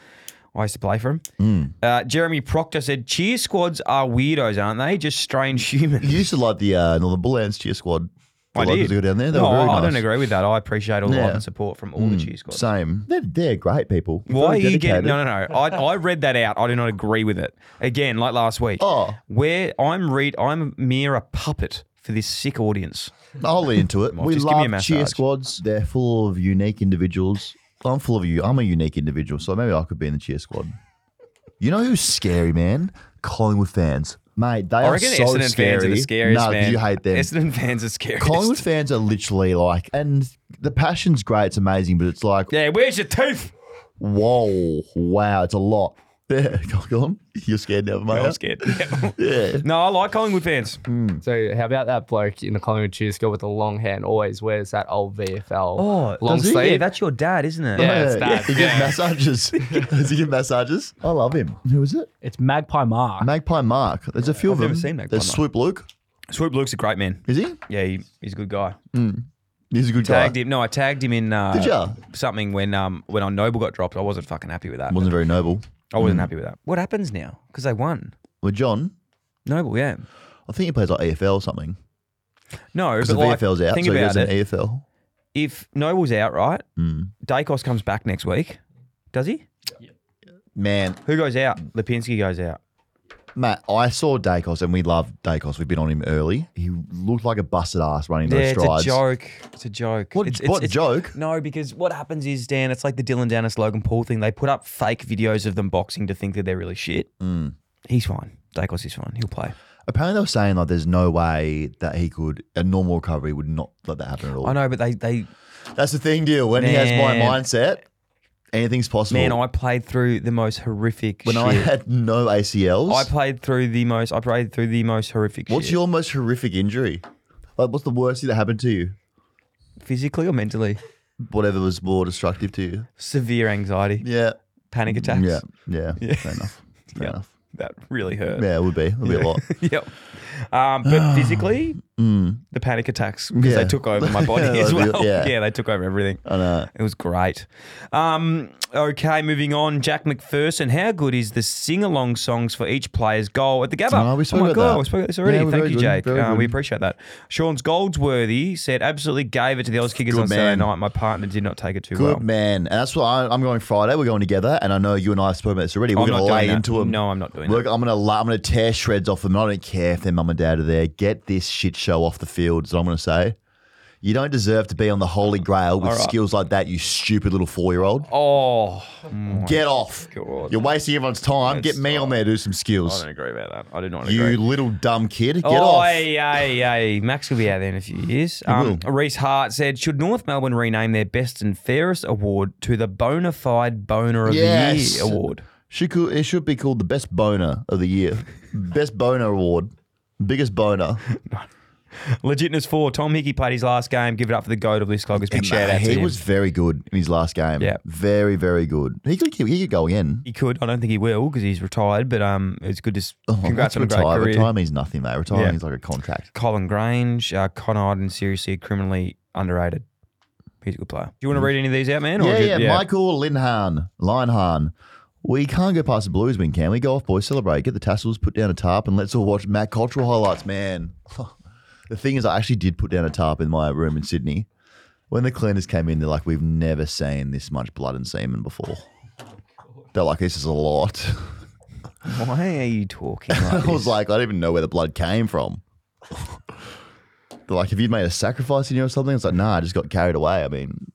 [SPEAKER 4] I used to play for him.
[SPEAKER 2] Hmm.
[SPEAKER 4] Uh, Jeremy Proctor said, "Cheer squads are weirdos, aren't they? Just strange [laughs] humans."
[SPEAKER 2] You used to like the uh, Northern Bullhounds cheer squad. The
[SPEAKER 4] I
[SPEAKER 2] locals
[SPEAKER 4] did.
[SPEAKER 2] that go down there. They were
[SPEAKER 4] no,
[SPEAKER 2] very
[SPEAKER 4] I
[SPEAKER 2] nice.
[SPEAKER 4] don't agree with that. I appreciate all the love
[SPEAKER 2] Yeah. Hmm.
[SPEAKER 4] and support from all the cheer squads.
[SPEAKER 2] Same. They're, they're great people.
[SPEAKER 4] Why are
[SPEAKER 2] Very
[SPEAKER 4] you
[SPEAKER 2] dedicated.
[SPEAKER 4] getting? No, no, no. I, I read that out. I do not agree with it. Again, like last week.
[SPEAKER 2] Oh.
[SPEAKER 4] where I'm read, I'm mere a puppet for this sick audience.
[SPEAKER 2] I'll lean into it. we
[SPEAKER 4] Just give me a
[SPEAKER 2] love cheer
[SPEAKER 4] massage.
[SPEAKER 2] squads. They're full of unique individuals. I'm full of you. I'm a unique individual, so maybe I could be in the cheer squad. You know who's scary, man? Collingwood fans, mate. They
[SPEAKER 4] I
[SPEAKER 2] are
[SPEAKER 4] reckon
[SPEAKER 2] Oh, so
[SPEAKER 4] Essendon
[SPEAKER 2] scary.
[SPEAKER 4] fans are the scariest.
[SPEAKER 2] no, 'cause
[SPEAKER 4] man.
[SPEAKER 2] you hate them.
[SPEAKER 4] Essendon fans are scariest.
[SPEAKER 2] Collingwood fans are literally like, and the passion's great. It's amazing, but it's like,
[SPEAKER 4] Yeah, where's your tooth?
[SPEAKER 2] whoa, wow, it's a lot. [laughs] Yeah, go on. You're scared now, mate.
[SPEAKER 4] I'm scared. [laughs]
[SPEAKER 2] Yeah.
[SPEAKER 4] no, I like Collingwood fans.
[SPEAKER 5] So how about that bloke in the Collingwood cheer squad with the long hand always wears that old VFL long
[SPEAKER 2] Oh, does he?
[SPEAKER 5] sleeve?
[SPEAKER 4] that's your dad, isn't it?
[SPEAKER 5] Yeah, it's
[SPEAKER 2] yeah.
[SPEAKER 5] that.
[SPEAKER 2] He gives massages. [laughs] Does he give massages? I love him. Who is it?
[SPEAKER 6] It's Magpie Mark.
[SPEAKER 2] Magpie Mark. There's a few of
[SPEAKER 4] I've
[SPEAKER 2] them.
[SPEAKER 4] never seen Magpie
[SPEAKER 2] There's
[SPEAKER 4] Mark.
[SPEAKER 2] Swoop Luke.
[SPEAKER 4] Swoop Luke's a great man.
[SPEAKER 2] Is he?
[SPEAKER 4] Yeah, he, he's a good guy.
[SPEAKER 2] He's a good
[SPEAKER 4] Tagged
[SPEAKER 2] guy.
[SPEAKER 4] him. No, I tagged him in uh,
[SPEAKER 2] Did ya?
[SPEAKER 4] something when um when on Noble got dropped. I wasn't fucking happy with that.
[SPEAKER 2] Wasn't very noble.
[SPEAKER 4] I
[SPEAKER 2] mm.
[SPEAKER 4] wasn't happy with that. What happens now? Because they won.
[SPEAKER 2] Well, John,
[SPEAKER 4] Noble, yeah.
[SPEAKER 2] I think he plays like AFL or something.
[SPEAKER 4] No, but
[SPEAKER 2] Because the
[SPEAKER 4] like,
[SPEAKER 2] VFL's out,
[SPEAKER 4] think
[SPEAKER 2] so he
[SPEAKER 4] about
[SPEAKER 2] goes in E Mm.
[SPEAKER 4] it.
[SPEAKER 2] AFL.
[SPEAKER 4] If Noble's out, right? Dacos comes back next week. Does he?
[SPEAKER 2] Man,
[SPEAKER 4] Who goes out? Lipinski goes out.
[SPEAKER 2] Matt, I saw Dacos and we love Dacos. We've been on him early. He looked like a busted ass running
[SPEAKER 4] Yeah,
[SPEAKER 2] those
[SPEAKER 4] it's
[SPEAKER 2] strides.
[SPEAKER 4] a joke. It's a joke.
[SPEAKER 2] What-
[SPEAKER 4] it's,
[SPEAKER 2] what joke?
[SPEAKER 4] No, because what happens is, Dan, it's like the Dylan Dennis Logan Paul thing. They put up fake videos of them boxing to think that they're really shit.
[SPEAKER 2] Mm.
[SPEAKER 4] He's fine. Dacos is fine. He'll play.
[SPEAKER 2] Apparently, they were saying like there's no way that he could a normal recovery would not let that happen at all.
[SPEAKER 4] I know, but they, they
[SPEAKER 2] That's the thing, deal. When he has my
[SPEAKER 4] Man.
[SPEAKER 2] mindset, anything's possible.
[SPEAKER 4] man, I played through the most horrific
[SPEAKER 2] when
[SPEAKER 4] shit.
[SPEAKER 2] I [laughs] had no ACLs,
[SPEAKER 4] I played through the most. I played through the most horrific.
[SPEAKER 2] what's
[SPEAKER 4] shit.
[SPEAKER 2] your most horrific injury? Like, what's the worst thing that happened to you?
[SPEAKER 4] physically or mentally
[SPEAKER 2] Whatever was more destructive to you?
[SPEAKER 4] severe anxiety,
[SPEAKER 2] Yeah, Mm,
[SPEAKER 4] panic attacks?
[SPEAKER 2] yeah, yeah. Fair
[SPEAKER 4] [laughs]
[SPEAKER 2] enough. Fair enough.
[SPEAKER 4] that really hurt.
[SPEAKER 2] Yeah, it would be. It would be a lot.
[SPEAKER 4] [laughs] yep. Um,
[SPEAKER 2] [sighs]
[SPEAKER 4] but physically, the panic attacks because
[SPEAKER 2] Mm. Yeah.
[SPEAKER 4] they took over
[SPEAKER 2] [laughs]
[SPEAKER 4] my body
[SPEAKER 2] Yeah,
[SPEAKER 4] as
[SPEAKER 2] they do,
[SPEAKER 4] well. [laughs]
[SPEAKER 2] yeah.
[SPEAKER 4] they took over everything. I know. It was great. Um, okay, moving on. Jack McPherson, how good is the sing-along songs for each player's goal at the Gabba?
[SPEAKER 2] No, we spoke
[SPEAKER 4] oh my
[SPEAKER 2] about
[SPEAKER 4] god,
[SPEAKER 2] that.
[SPEAKER 4] we spoke about this already.
[SPEAKER 2] Yeah, we're
[SPEAKER 4] Thank
[SPEAKER 2] very
[SPEAKER 4] you,
[SPEAKER 2] good,
[SPEAKER 4] Jake.
[SPEAKER 2] very
[SPEAKER 4] Uh, we
[SPEAKER 2] good.
[SPEAKER 4] appreciate that. Sean's Goldsworthy said, "Absolutely gave it to the Oz Kickers
[SPEAKER 2] Good
[SPEAKER 4] on Saturday
[SPEAKER 2] man.
[SPEAKER 4] night. My partner did not take it too
[SPEAKER 2] Good
[SPEAKER 4] well."
[SPEAKER 2] man. And that's what I, I'm going Friday. We're going together, and I know you and I have spoken about this already. We're
[SPEAKER 4] I'm
[SPEAKER 2] going to
[SPEAKER 4] not
[SPEAKER 2] lay
[SPEAKER 4] doing that.
[SPEAKER 2] into him.
[SPEAKER 4] No, I'm not doing
[SPEAKER 2] We're,
[SPEAKER 4] that.
[SPEAKER 2] I'm gonna la- I'm gonna tear shreds off them. I don't care if their mum and dad are there. Get this shit show off the field. Is what I'm gonna say. You don't deserve to be on the holy grail with skills like that. You stupid little four year old.
[SPEAKER 4] Oh,
[SPEAKER 2] Get off.
[SPEAKER 4] God.
[SPEAKER 2] You're wasting everyone's time. Get me on there. Do some
[SPEAKER 4] I
[SPEAKER 2] skills.
[SPEAKER 4] don't agree about that. I did not agree.
[SPEAKER 2] You little dumb kid. Get
[SPEAKER 4] oh,
[SPEAKER 2] off.
[SPEAKER 4] Aye, aye, aye. Max will be out there in a few years. Um, Reese Hart said, "Should North Melbourne rename their Best and Fairest Award to the Bona Fide Boner of
[SPEAKER 2] Yes.
[SPEAKER 4] the Year Award?"
[SPEAKER 2] Should call- it should be called the best boner of the year. best boner award. Biggest
[SPEAKER 4] [laughs]
[SPEAKER 2] boner.
[SPEAKER 4] Legitness four. Tom Hickey played his last game. Give it up for the goat of this Cloggers. Big shout out to
[SPEAKER 2] he
[SPEAKER 4] him.
[SPEAKER 2] was very good in his last game.
[SPEAKER 4] Yeah.
[SPEAKER 2] Very, very good. He could keep, he could go again.
[SPEAKER 4] He could. I don't think he will because he's retired. But um, it's good to. s-
[SPEAKER 2] Let's
[SPEAKER 4] Congrats on a great
[SPEAKER 2] retire.
[SPEAKER 4] career.
[SPEAKER 2] Retire means nothing, mate. Retire
[SPEAKER 4] Yeah.
[SPEAKER 2] means like a contract.
[SPEAKER 4] Colin Grange, uh, Connard, and seriously criminally underrated. He's a good player. Do you want to read any of these out, man?
[SPEAKER 2] Mm. Yeah,
[SPEAKER 4] or ju-
[SPEAKER 2] yeah, Michael Linhan, Linhan. We can't go past the Blues wing, can we? Go off, boys, celebrate. Get the tassels, put down a tarp, and let's all watch Matt Cultural highlights, man. [laughs] the thing is, I actually did put down a tarp in my room in Sydney. When the cleaners came in, they're like, we've never seen this much blood and semen before. They're like, this is a lot. [laughs]
[SPEAKER 4] Why are you talking like
[SPEAKER 2] I
[SPEAKER 4] this?
[SPEAKER 2] was like, I don't even know where the blood came from. They're like, have you made a sacrifice in you or something? It's like, nah, I just got carried away. I mean,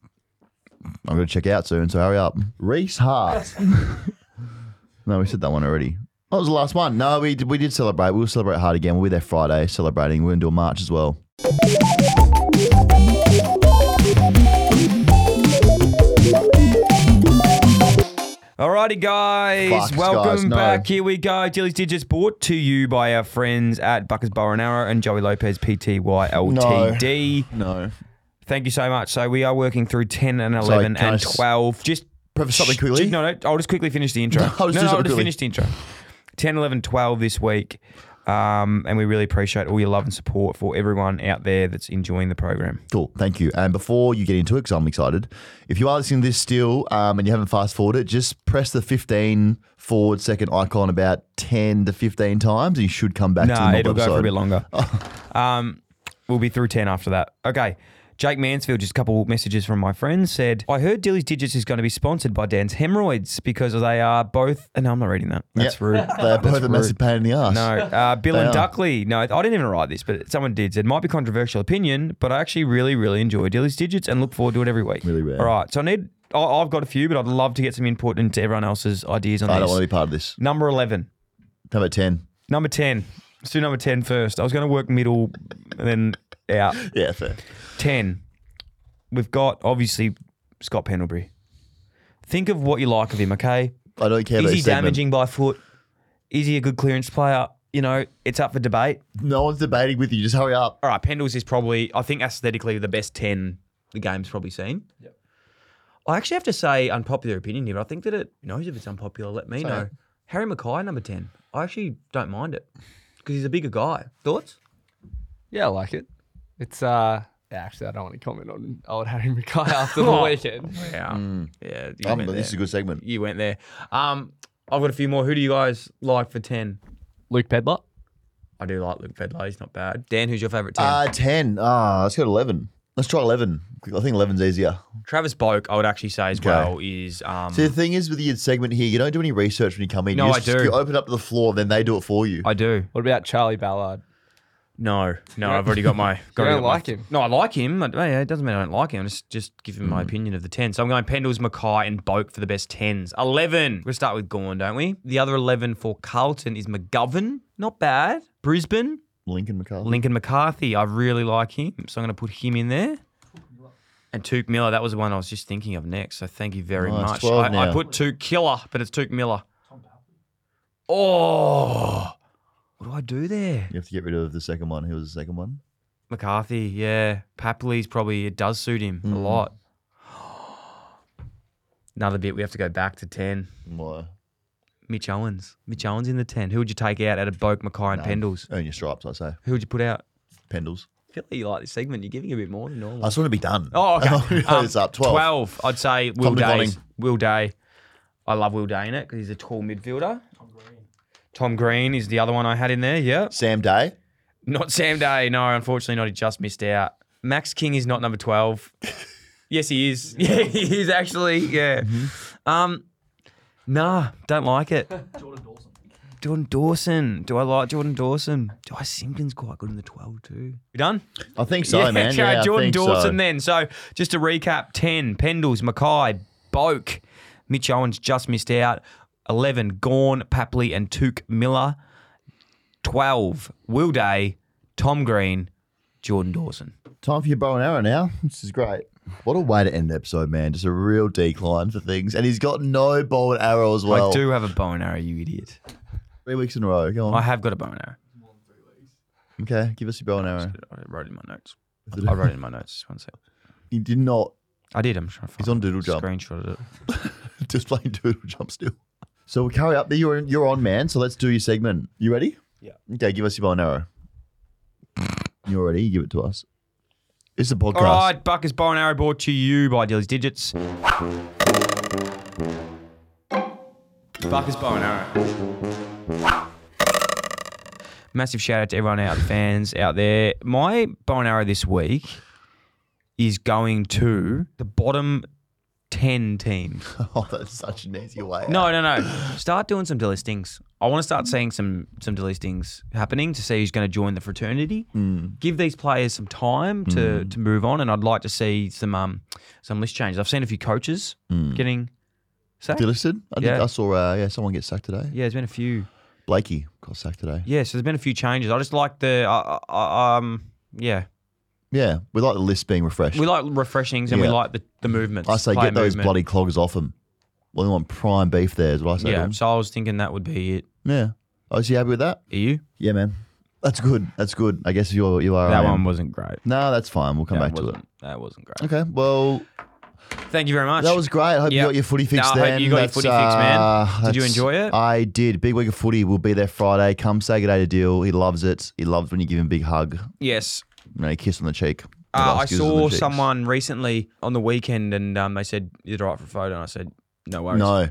[SPEAKER 2] I'm going to check out soon, so hurry up. Reese Hart. [laughs] no, we said that one already. That was the last one. No, we did, we did celebrate. We'll celebrate hard again. We'll be there Friday celebrating. We're going to do a march as well.
[SPEAKER 4] Alrighty, guys,
[SPEAKER 2] Fuck,
[SPEAKER 4] welcome
[SPEAKER 2] guys, no.
[SPEAKER 4] back. Here we go. Dilly's Digits brought to you by our friends at Buckers Bow and Arrow and Joey Lopez PTY LTD.
[SPEAKER 2] No.
[SPEAKER 4] Thank you so much. So we are working through ten and
[SPEAKER 2] Sorry,
[SPEAKER 4] eleven
[SPEAKER 2] can I
[SPEAKER 4] and
[SPEAKER 2] s-
[SPEAKER 4] twelve. Just
[SPEAKER 2] Preface something
[SPEAKER 4] Shh,
[SPEAKER 2] quickly?
[SPEAKER 4] No, no, I'll just quickly finish the
[SPEAKER 2] [laughs]
[SPEAKER 4] intro.
[SPEAKER 2] No, I'll just do
[SPEAKER 4] no, I'll
[SPEAKER 2] something
[SPEAKER 4] just
[SPEAKER 2] quickly.
[SPEAKER 4] finish the intro. 10, 11, 12 this week. Um, and we really appreciate all your love and support for everyone out there that's enjoying the program.
[SPEAKER 2] Cool, thank you. And before you get into it, because I'm excited, if you are listening to this still um, and you haven't fast forwarded, just press the 15 forward second icon about 10 to 15 times, and you should come back to the
[SPEAKER 4] Nah,
[SPEAKER 2] mob
[SPEAKER 4] it'll
[SPEAKER 2] episode. Oh.
[SPEAKER 4] go for a
[SPEAKER 2] [laughs]
[SPEAKER 4] bit longer. um, we'll be through 10 after that. Okay. Jake Mansfield, just a couple messages from my friend, said, I heard Dilly's Digits is going to be sponsored by Dan's Hemorrhoids because they are both. [laughs] And no, I'm not reading that. That's
[SPEAKER 2] Yep. [laughs]
[SPEAKER 4] rude.
[SPEAKER 2] They're both a
[SPEAKER 4] rude.
[SPEAKER 2] massive pain in the ass.
[SPEAKER 4] No, uh, Bill and
[SPEAKER 2] are.
[SPEAKER 4] Duckley. No, I didn't even write this, but someone did. Said, might be controversial opinion, but I actually really, really enjoy Dilly's Digits and look forward to it every week.
[SPEAKER 2] Really rare.
[SPEAKER 4] All right, so I need. I- I've got a few, but I'd love to get some input into everyone else's ideas on
[SPEAKER 2] I
[SPEAKER 4] this.
[SPEAKER 2] don't want to be part of this.
[SPEAKER 4] Number eleven,
[SPEAKER 2] How about 10?
[SPEAKER 4] number ten. Let's do number 10 first. I was going to work middle, and then out.
[SPEAKER 2] Yeah, fair.
[SPEAKER 4] Ten. We've got obviously Scott Pendlebury. Think of what you like of him, okay?
[SPEAKER 2] I don't care
[SPEAKER 4] Is
[SPEAKER 2] about
[SPEAKER 4] he
[SPEAKER 2] this segment.
[SPEAKER 4] damaging by foot? Is he a good clearance player? You know, it's up for debate.
[SPEAKER 2] No one's debating with you. Just hurry up.
[SPEAKER 4] All right, Pendles is probably, I think, aesthetically the best 10 the game's probably seen. Yep. I actually have to say, unpopular opinion here, but I think that it knows if it's unpopular, let me know. Harry Mackay, number 10. I actually don't mind it because he's a bigger guy. Thoughts?
[SPEAKER 5] Yeah, I like it. It's uh actually I don't want to comment on old Harry Mackay
[SPEAKER 2] [laughs]
[SPEAKER 5] after the weekend.
[SPEAKER 4] Yeah. Yeah. You
[SPEAKER 2] Um,
[SPEAKER 4] went,
[SPEAKER 2] this is a
[SPEAKER 4] there.
[SPEAKER 2] good segment.
[SPEAKER 4] you went there. Um, I've got a few more. Who do you guys like for 10?
[SPEAKER 5] Luke Pedler.
[SPEAKER 4] I do like Luke Fedlow. He's not bad. Dan, who's your favourite 10?
[SPEAKER 2] Uh, 10. Ah, let's go to 11. Let's try 11. I think 11's easier.
[SPEAKER 4] Travis Boak, I would actually say as
[SPEAKER 2] Okay.
[SPEAKER 4] well, is. Um,
[SPEAKER 2] See, the thing is with your segment here, you don't do any research when you come in.
[SPEAKER 4] No,
[SPEAKER 2] you
[SPEAKER 4] I
[SPEAKER 2] just,
[SPEAKER 4] do.
[SPEAKER 2] You open up the floor, then they do it for you.
[SPEAKER 4] I do.
[SPEAKER 5] What about Charlie Ballard?
[SPEAKER 4] No, no, I've already
[SPEAKER 2] [laughs]
[SPEAKER 4] got my. got
[SPEAKER 5] don't
[SPEAKER 4] got my-
[SPEAKER 5] like him?
[SPEAKER 4] No, I like him. I, yeah, it doesn't mean I don't like him. I just just give him
[SPEAKER 2] Mm.
[SPEAKER 4] my opinion of the ten. So I'm going Pendles, Mackay, and Boak for the best tens. Eleven. We'll start with Gorn, don't we? The other eleven for Carlton is McGovern. Not bad. Brisbane,
[SPEAKER 2] Lincoln McCarthy.
[SPEAKER 4] Lincoln McCarthy. I really like him, so I'm going to put him in there. And Took Miller. That was the one I was just thinking of next. So thank you very
[SPEAKER 2] Nice,
[SPEAKER 4] much.
[SPEAKER 2] 12
[SPEAKER 4] I, I
[SPEAKER 2] now.
[SPEAKER 4] put Took Killer, but it's Took Miller. Oh, what do I do there?
[SPEAKER 2] You have to get rid of the second one. Who was the second one?
[SPEAKER 4] McCarthy, yeah. Papley's probably it does suit him
[SPEAKER 2] Hmm.
[SPEAKER 4] a lot. [gasps] Another bit we have to go back to ten.
[SPEAKER 2] Why?
[SPEAKER 4] Mitch Owens. Mitch Owens in the ten. Who would you take out out of Boke, Mackay, and Pendles?
[SPEAKER 2] Earn your stripes, I say.
[SPEAKER 4] Who would you put out?
[SPEAKER 2] Pendles.
[SPEAKER 4] I feel like you like this segment. You're giving a bit more than
[SPEAKER 2] I
[SPEAKER 4] normal.
[SPEAKER 2] just want to be done.
[SPEAKER 4] Oh,
[SPEAKER 2] [laughs]
[SPEAKER 4] okay. Um,
[SPEAKER 2] it's up 12.
[SPEAKER 4] I'd say
[SPEAKER 2] Tom
[SPEAKER 4] Will Day.
[SPEAKER 2] Devoning.
[SPEAKER 4] Will Day. I love Will Day in it because he's a tall midfielder. Tom Green. Tom Green is the other one I had in there. Yeah.
[SPEAKER 2] Sam Day.
[SPEAKER 4] Not Sam Day. No, unfortunately not. He just missed out. Max King is not number 12. yes, he is. [laughs] Yeah, he is actually. Yeah. Um, nah, don't like [laughs] it. Jordan Dawson. Jordan Dawson. Do I like Jordan Dawson? Jai Simpkins quite good in the 12 too. You done?
[SPEAKER 2] I
[SPEAKER 4] [laughs]
[SPEAKER 2] think so, man.
[SPEAKER 4] Jared
[SPEAKER 2] yeah, I
[SPEAKER 4] Jordan
[SPEAKER 2] think
[SPEAKER 4] Dawson
[SPEAKER 2] so.
[SPEAKER 4] then. So just to recap 10, Pendles, Mackay, Boak, Mitch Owens just missed out. 11, Gorn, Papley, and Took Miller. 12, Will Day, Tom Green, Jordan Dawson.
[SPEAKER 2] Time for your bow and arrow now. [laughs] This is great. What a way to end the episode, man. Just a real decline for things. And he's got no bow and arrow as well.
[SPEAKER 4] I do have a bow and arrow, you idiot.
[SPEAKER 2] Three weeks in a row. Go on.
[SPEAKER 4] I have got a bow and arrow.
[SPEAKER 2] okay, give us your bow and arrow.
[SPEAKER 4] I wrote it in my notes. I wrote it in my notes. Just One sec.
[SPEAKER 2] He did not.
[SPEAKER 4] I did. I'm trying to find
[SPEAKER 2] He's on Doodle Jump.
[SPEAKER 4] Screenshotted
[SPEAKER 2] [laughs]
[SPEAKER 4] it.
[SPEAKER 2] Just playing doodle jump still. So we carry up there. You're, in, you're on, man. So let's do your segment. You
[SPEAKER 4] [laughs]
[SPEAKER 2] ready? Yeah. Okay, give us your bow and arrow. You ready? Give it to us. It's a podcast.
[SPEAKER 4] All right, Buck is bow and arrow brought to you by Dilly's Digits. Buck is bow and arrow. Massive shout out to everyone out, fans out there. My bow and arrow this week is going to the bottom ten team.
[SPEAKER 2] [laughs] Oh, that's such an easy way. out.
[SPEAKER 4] No, no, no. Start doing some delistings. I want to start seeing some some delistings happening to see who's going to join the fraternity.
[SPEAKER 2] Mm.
[SPEAKER 4] Give these players some time to to move on, and I'd like to see some um some list changes. I've seen a few coaches
[SPEAKER 2] Mm.
[SPEAKER 4] getting sacked.
[SPEAKER 2] Delisted? I think
[SPEAKER 4] Yeah.
[SPEAKER 2] I saw uh, yeah, someone get sacked today.
[SPEAKER 4] yeah, there's been a few.
[SPEAKER 2] Blakey got sacked today.
[SPEAKER 4] Yeah, so there's been a few changes. I just like the uh, uh, um yeah.
[SPEAKER 2] Yeah, we like the list being refreshed.
[SPEAKER 4] We like refreshings and we
[SPEAKER 2] Yeah.
[SPEAKER 4] like the, the movements.
[SPEAKER 2] I say
[SPEAKER 4] player
[SPEAKER 2] get those
[SPEAKER 4] movement.
[SPEAKER 2] bloody cloggers off them. Well, they want prime beef there is what I say. to
[SPEAKER 4] Yeah,
[SPEAKER 2] 'em.
[SPEAKER 4] so I was thinking that would be it.
[SPEAKER 2] Yeah. Oh, is you happy with that?
[SPEAKER 4] Are you?
[SPEAKER 2] Yeah, man. That's good. That's good. I guess you're you are.
[SPEAKER 4] That
[SPEAKER 2] I am.
[SPEAKER 4] one wasn't great.
[SPEAKER 2] No, that's fine. We'll come
[SPEAKER 4] That
[SPEAKER 2] back to it.
[SPEAKER 4] wasn't- That wasn't great.
[SPEAKER 2] Okay. Well,
[SPEAKER 4] Thank you very much.
[SPEAKER 2] that was great. I hope
[SPEAKER 4] Yeah.
[SPEAKER 2] you got your footy fixed.
[SPEAKER 4] No, I hope
[SPEAKER 2] then.
[SPEAKER 4] you got your
[SPEAKER 2] That's,
[SPEAKER 4] footy fixed, man.
[SPEAKER 2] uh,
[SPEAKER 4] Did you
[SPEAKER 2] that's-
[SPEAKER 4] enjoy it?
[SPEAKER 2] I did. Big week of footy. We'll be there Friday. Come say good day to Deal. He loves it. He loves when you give him a big hug
[SPEAKER 4] yes.
[SPEAKER 2] and a kiss on the cheek. He
[SPEAKER 4] Uh,
[SPEAKER 2] loves
[SPEAKER 4] I
[SPEAKER 2] kisses on the
[SPEAKER 4] saw
[SPEAKER 2] cheeks.
[SPEAKER 4] someone recently on the weekend, and um, they said, "Is it all right for a photo?" And I said, "No worries."
[SPEAKER 2] No.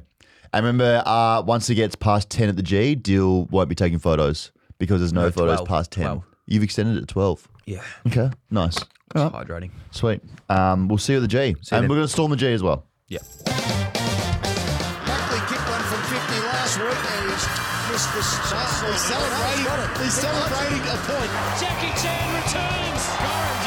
[SPEAKER 2] I remember uh, once it gets past 10 at the G, Deal won't be taking photos because there's no,
[SPEAKER 4] No,
[SPEAKER 2] photos
[SPEAKER 4] 12,
[SPEAKER 2] past 10.
[SPEAKER 4] 12.
[SPEAKER 2] You've extended it to 12.
[SPEAKER 4] Yeah,
[SPEAKER 2] Okay. Nice. All right.
[SPEAKER 4] it's hydrating.
[SPEAKER 2] Sweet. Um, we'll see you at the G. and
[SPEAKER 4] then.
[SPEAKER 2] we're going to storm the G as well.
[SPEAKER 4] Yeah.
[SPEAKER 1] Buckley kicked one from 50 last week and he's missed the start. He's celebrating, he's celebrating a point.
[SPEAKER 3] Jackie Chan returns. Curran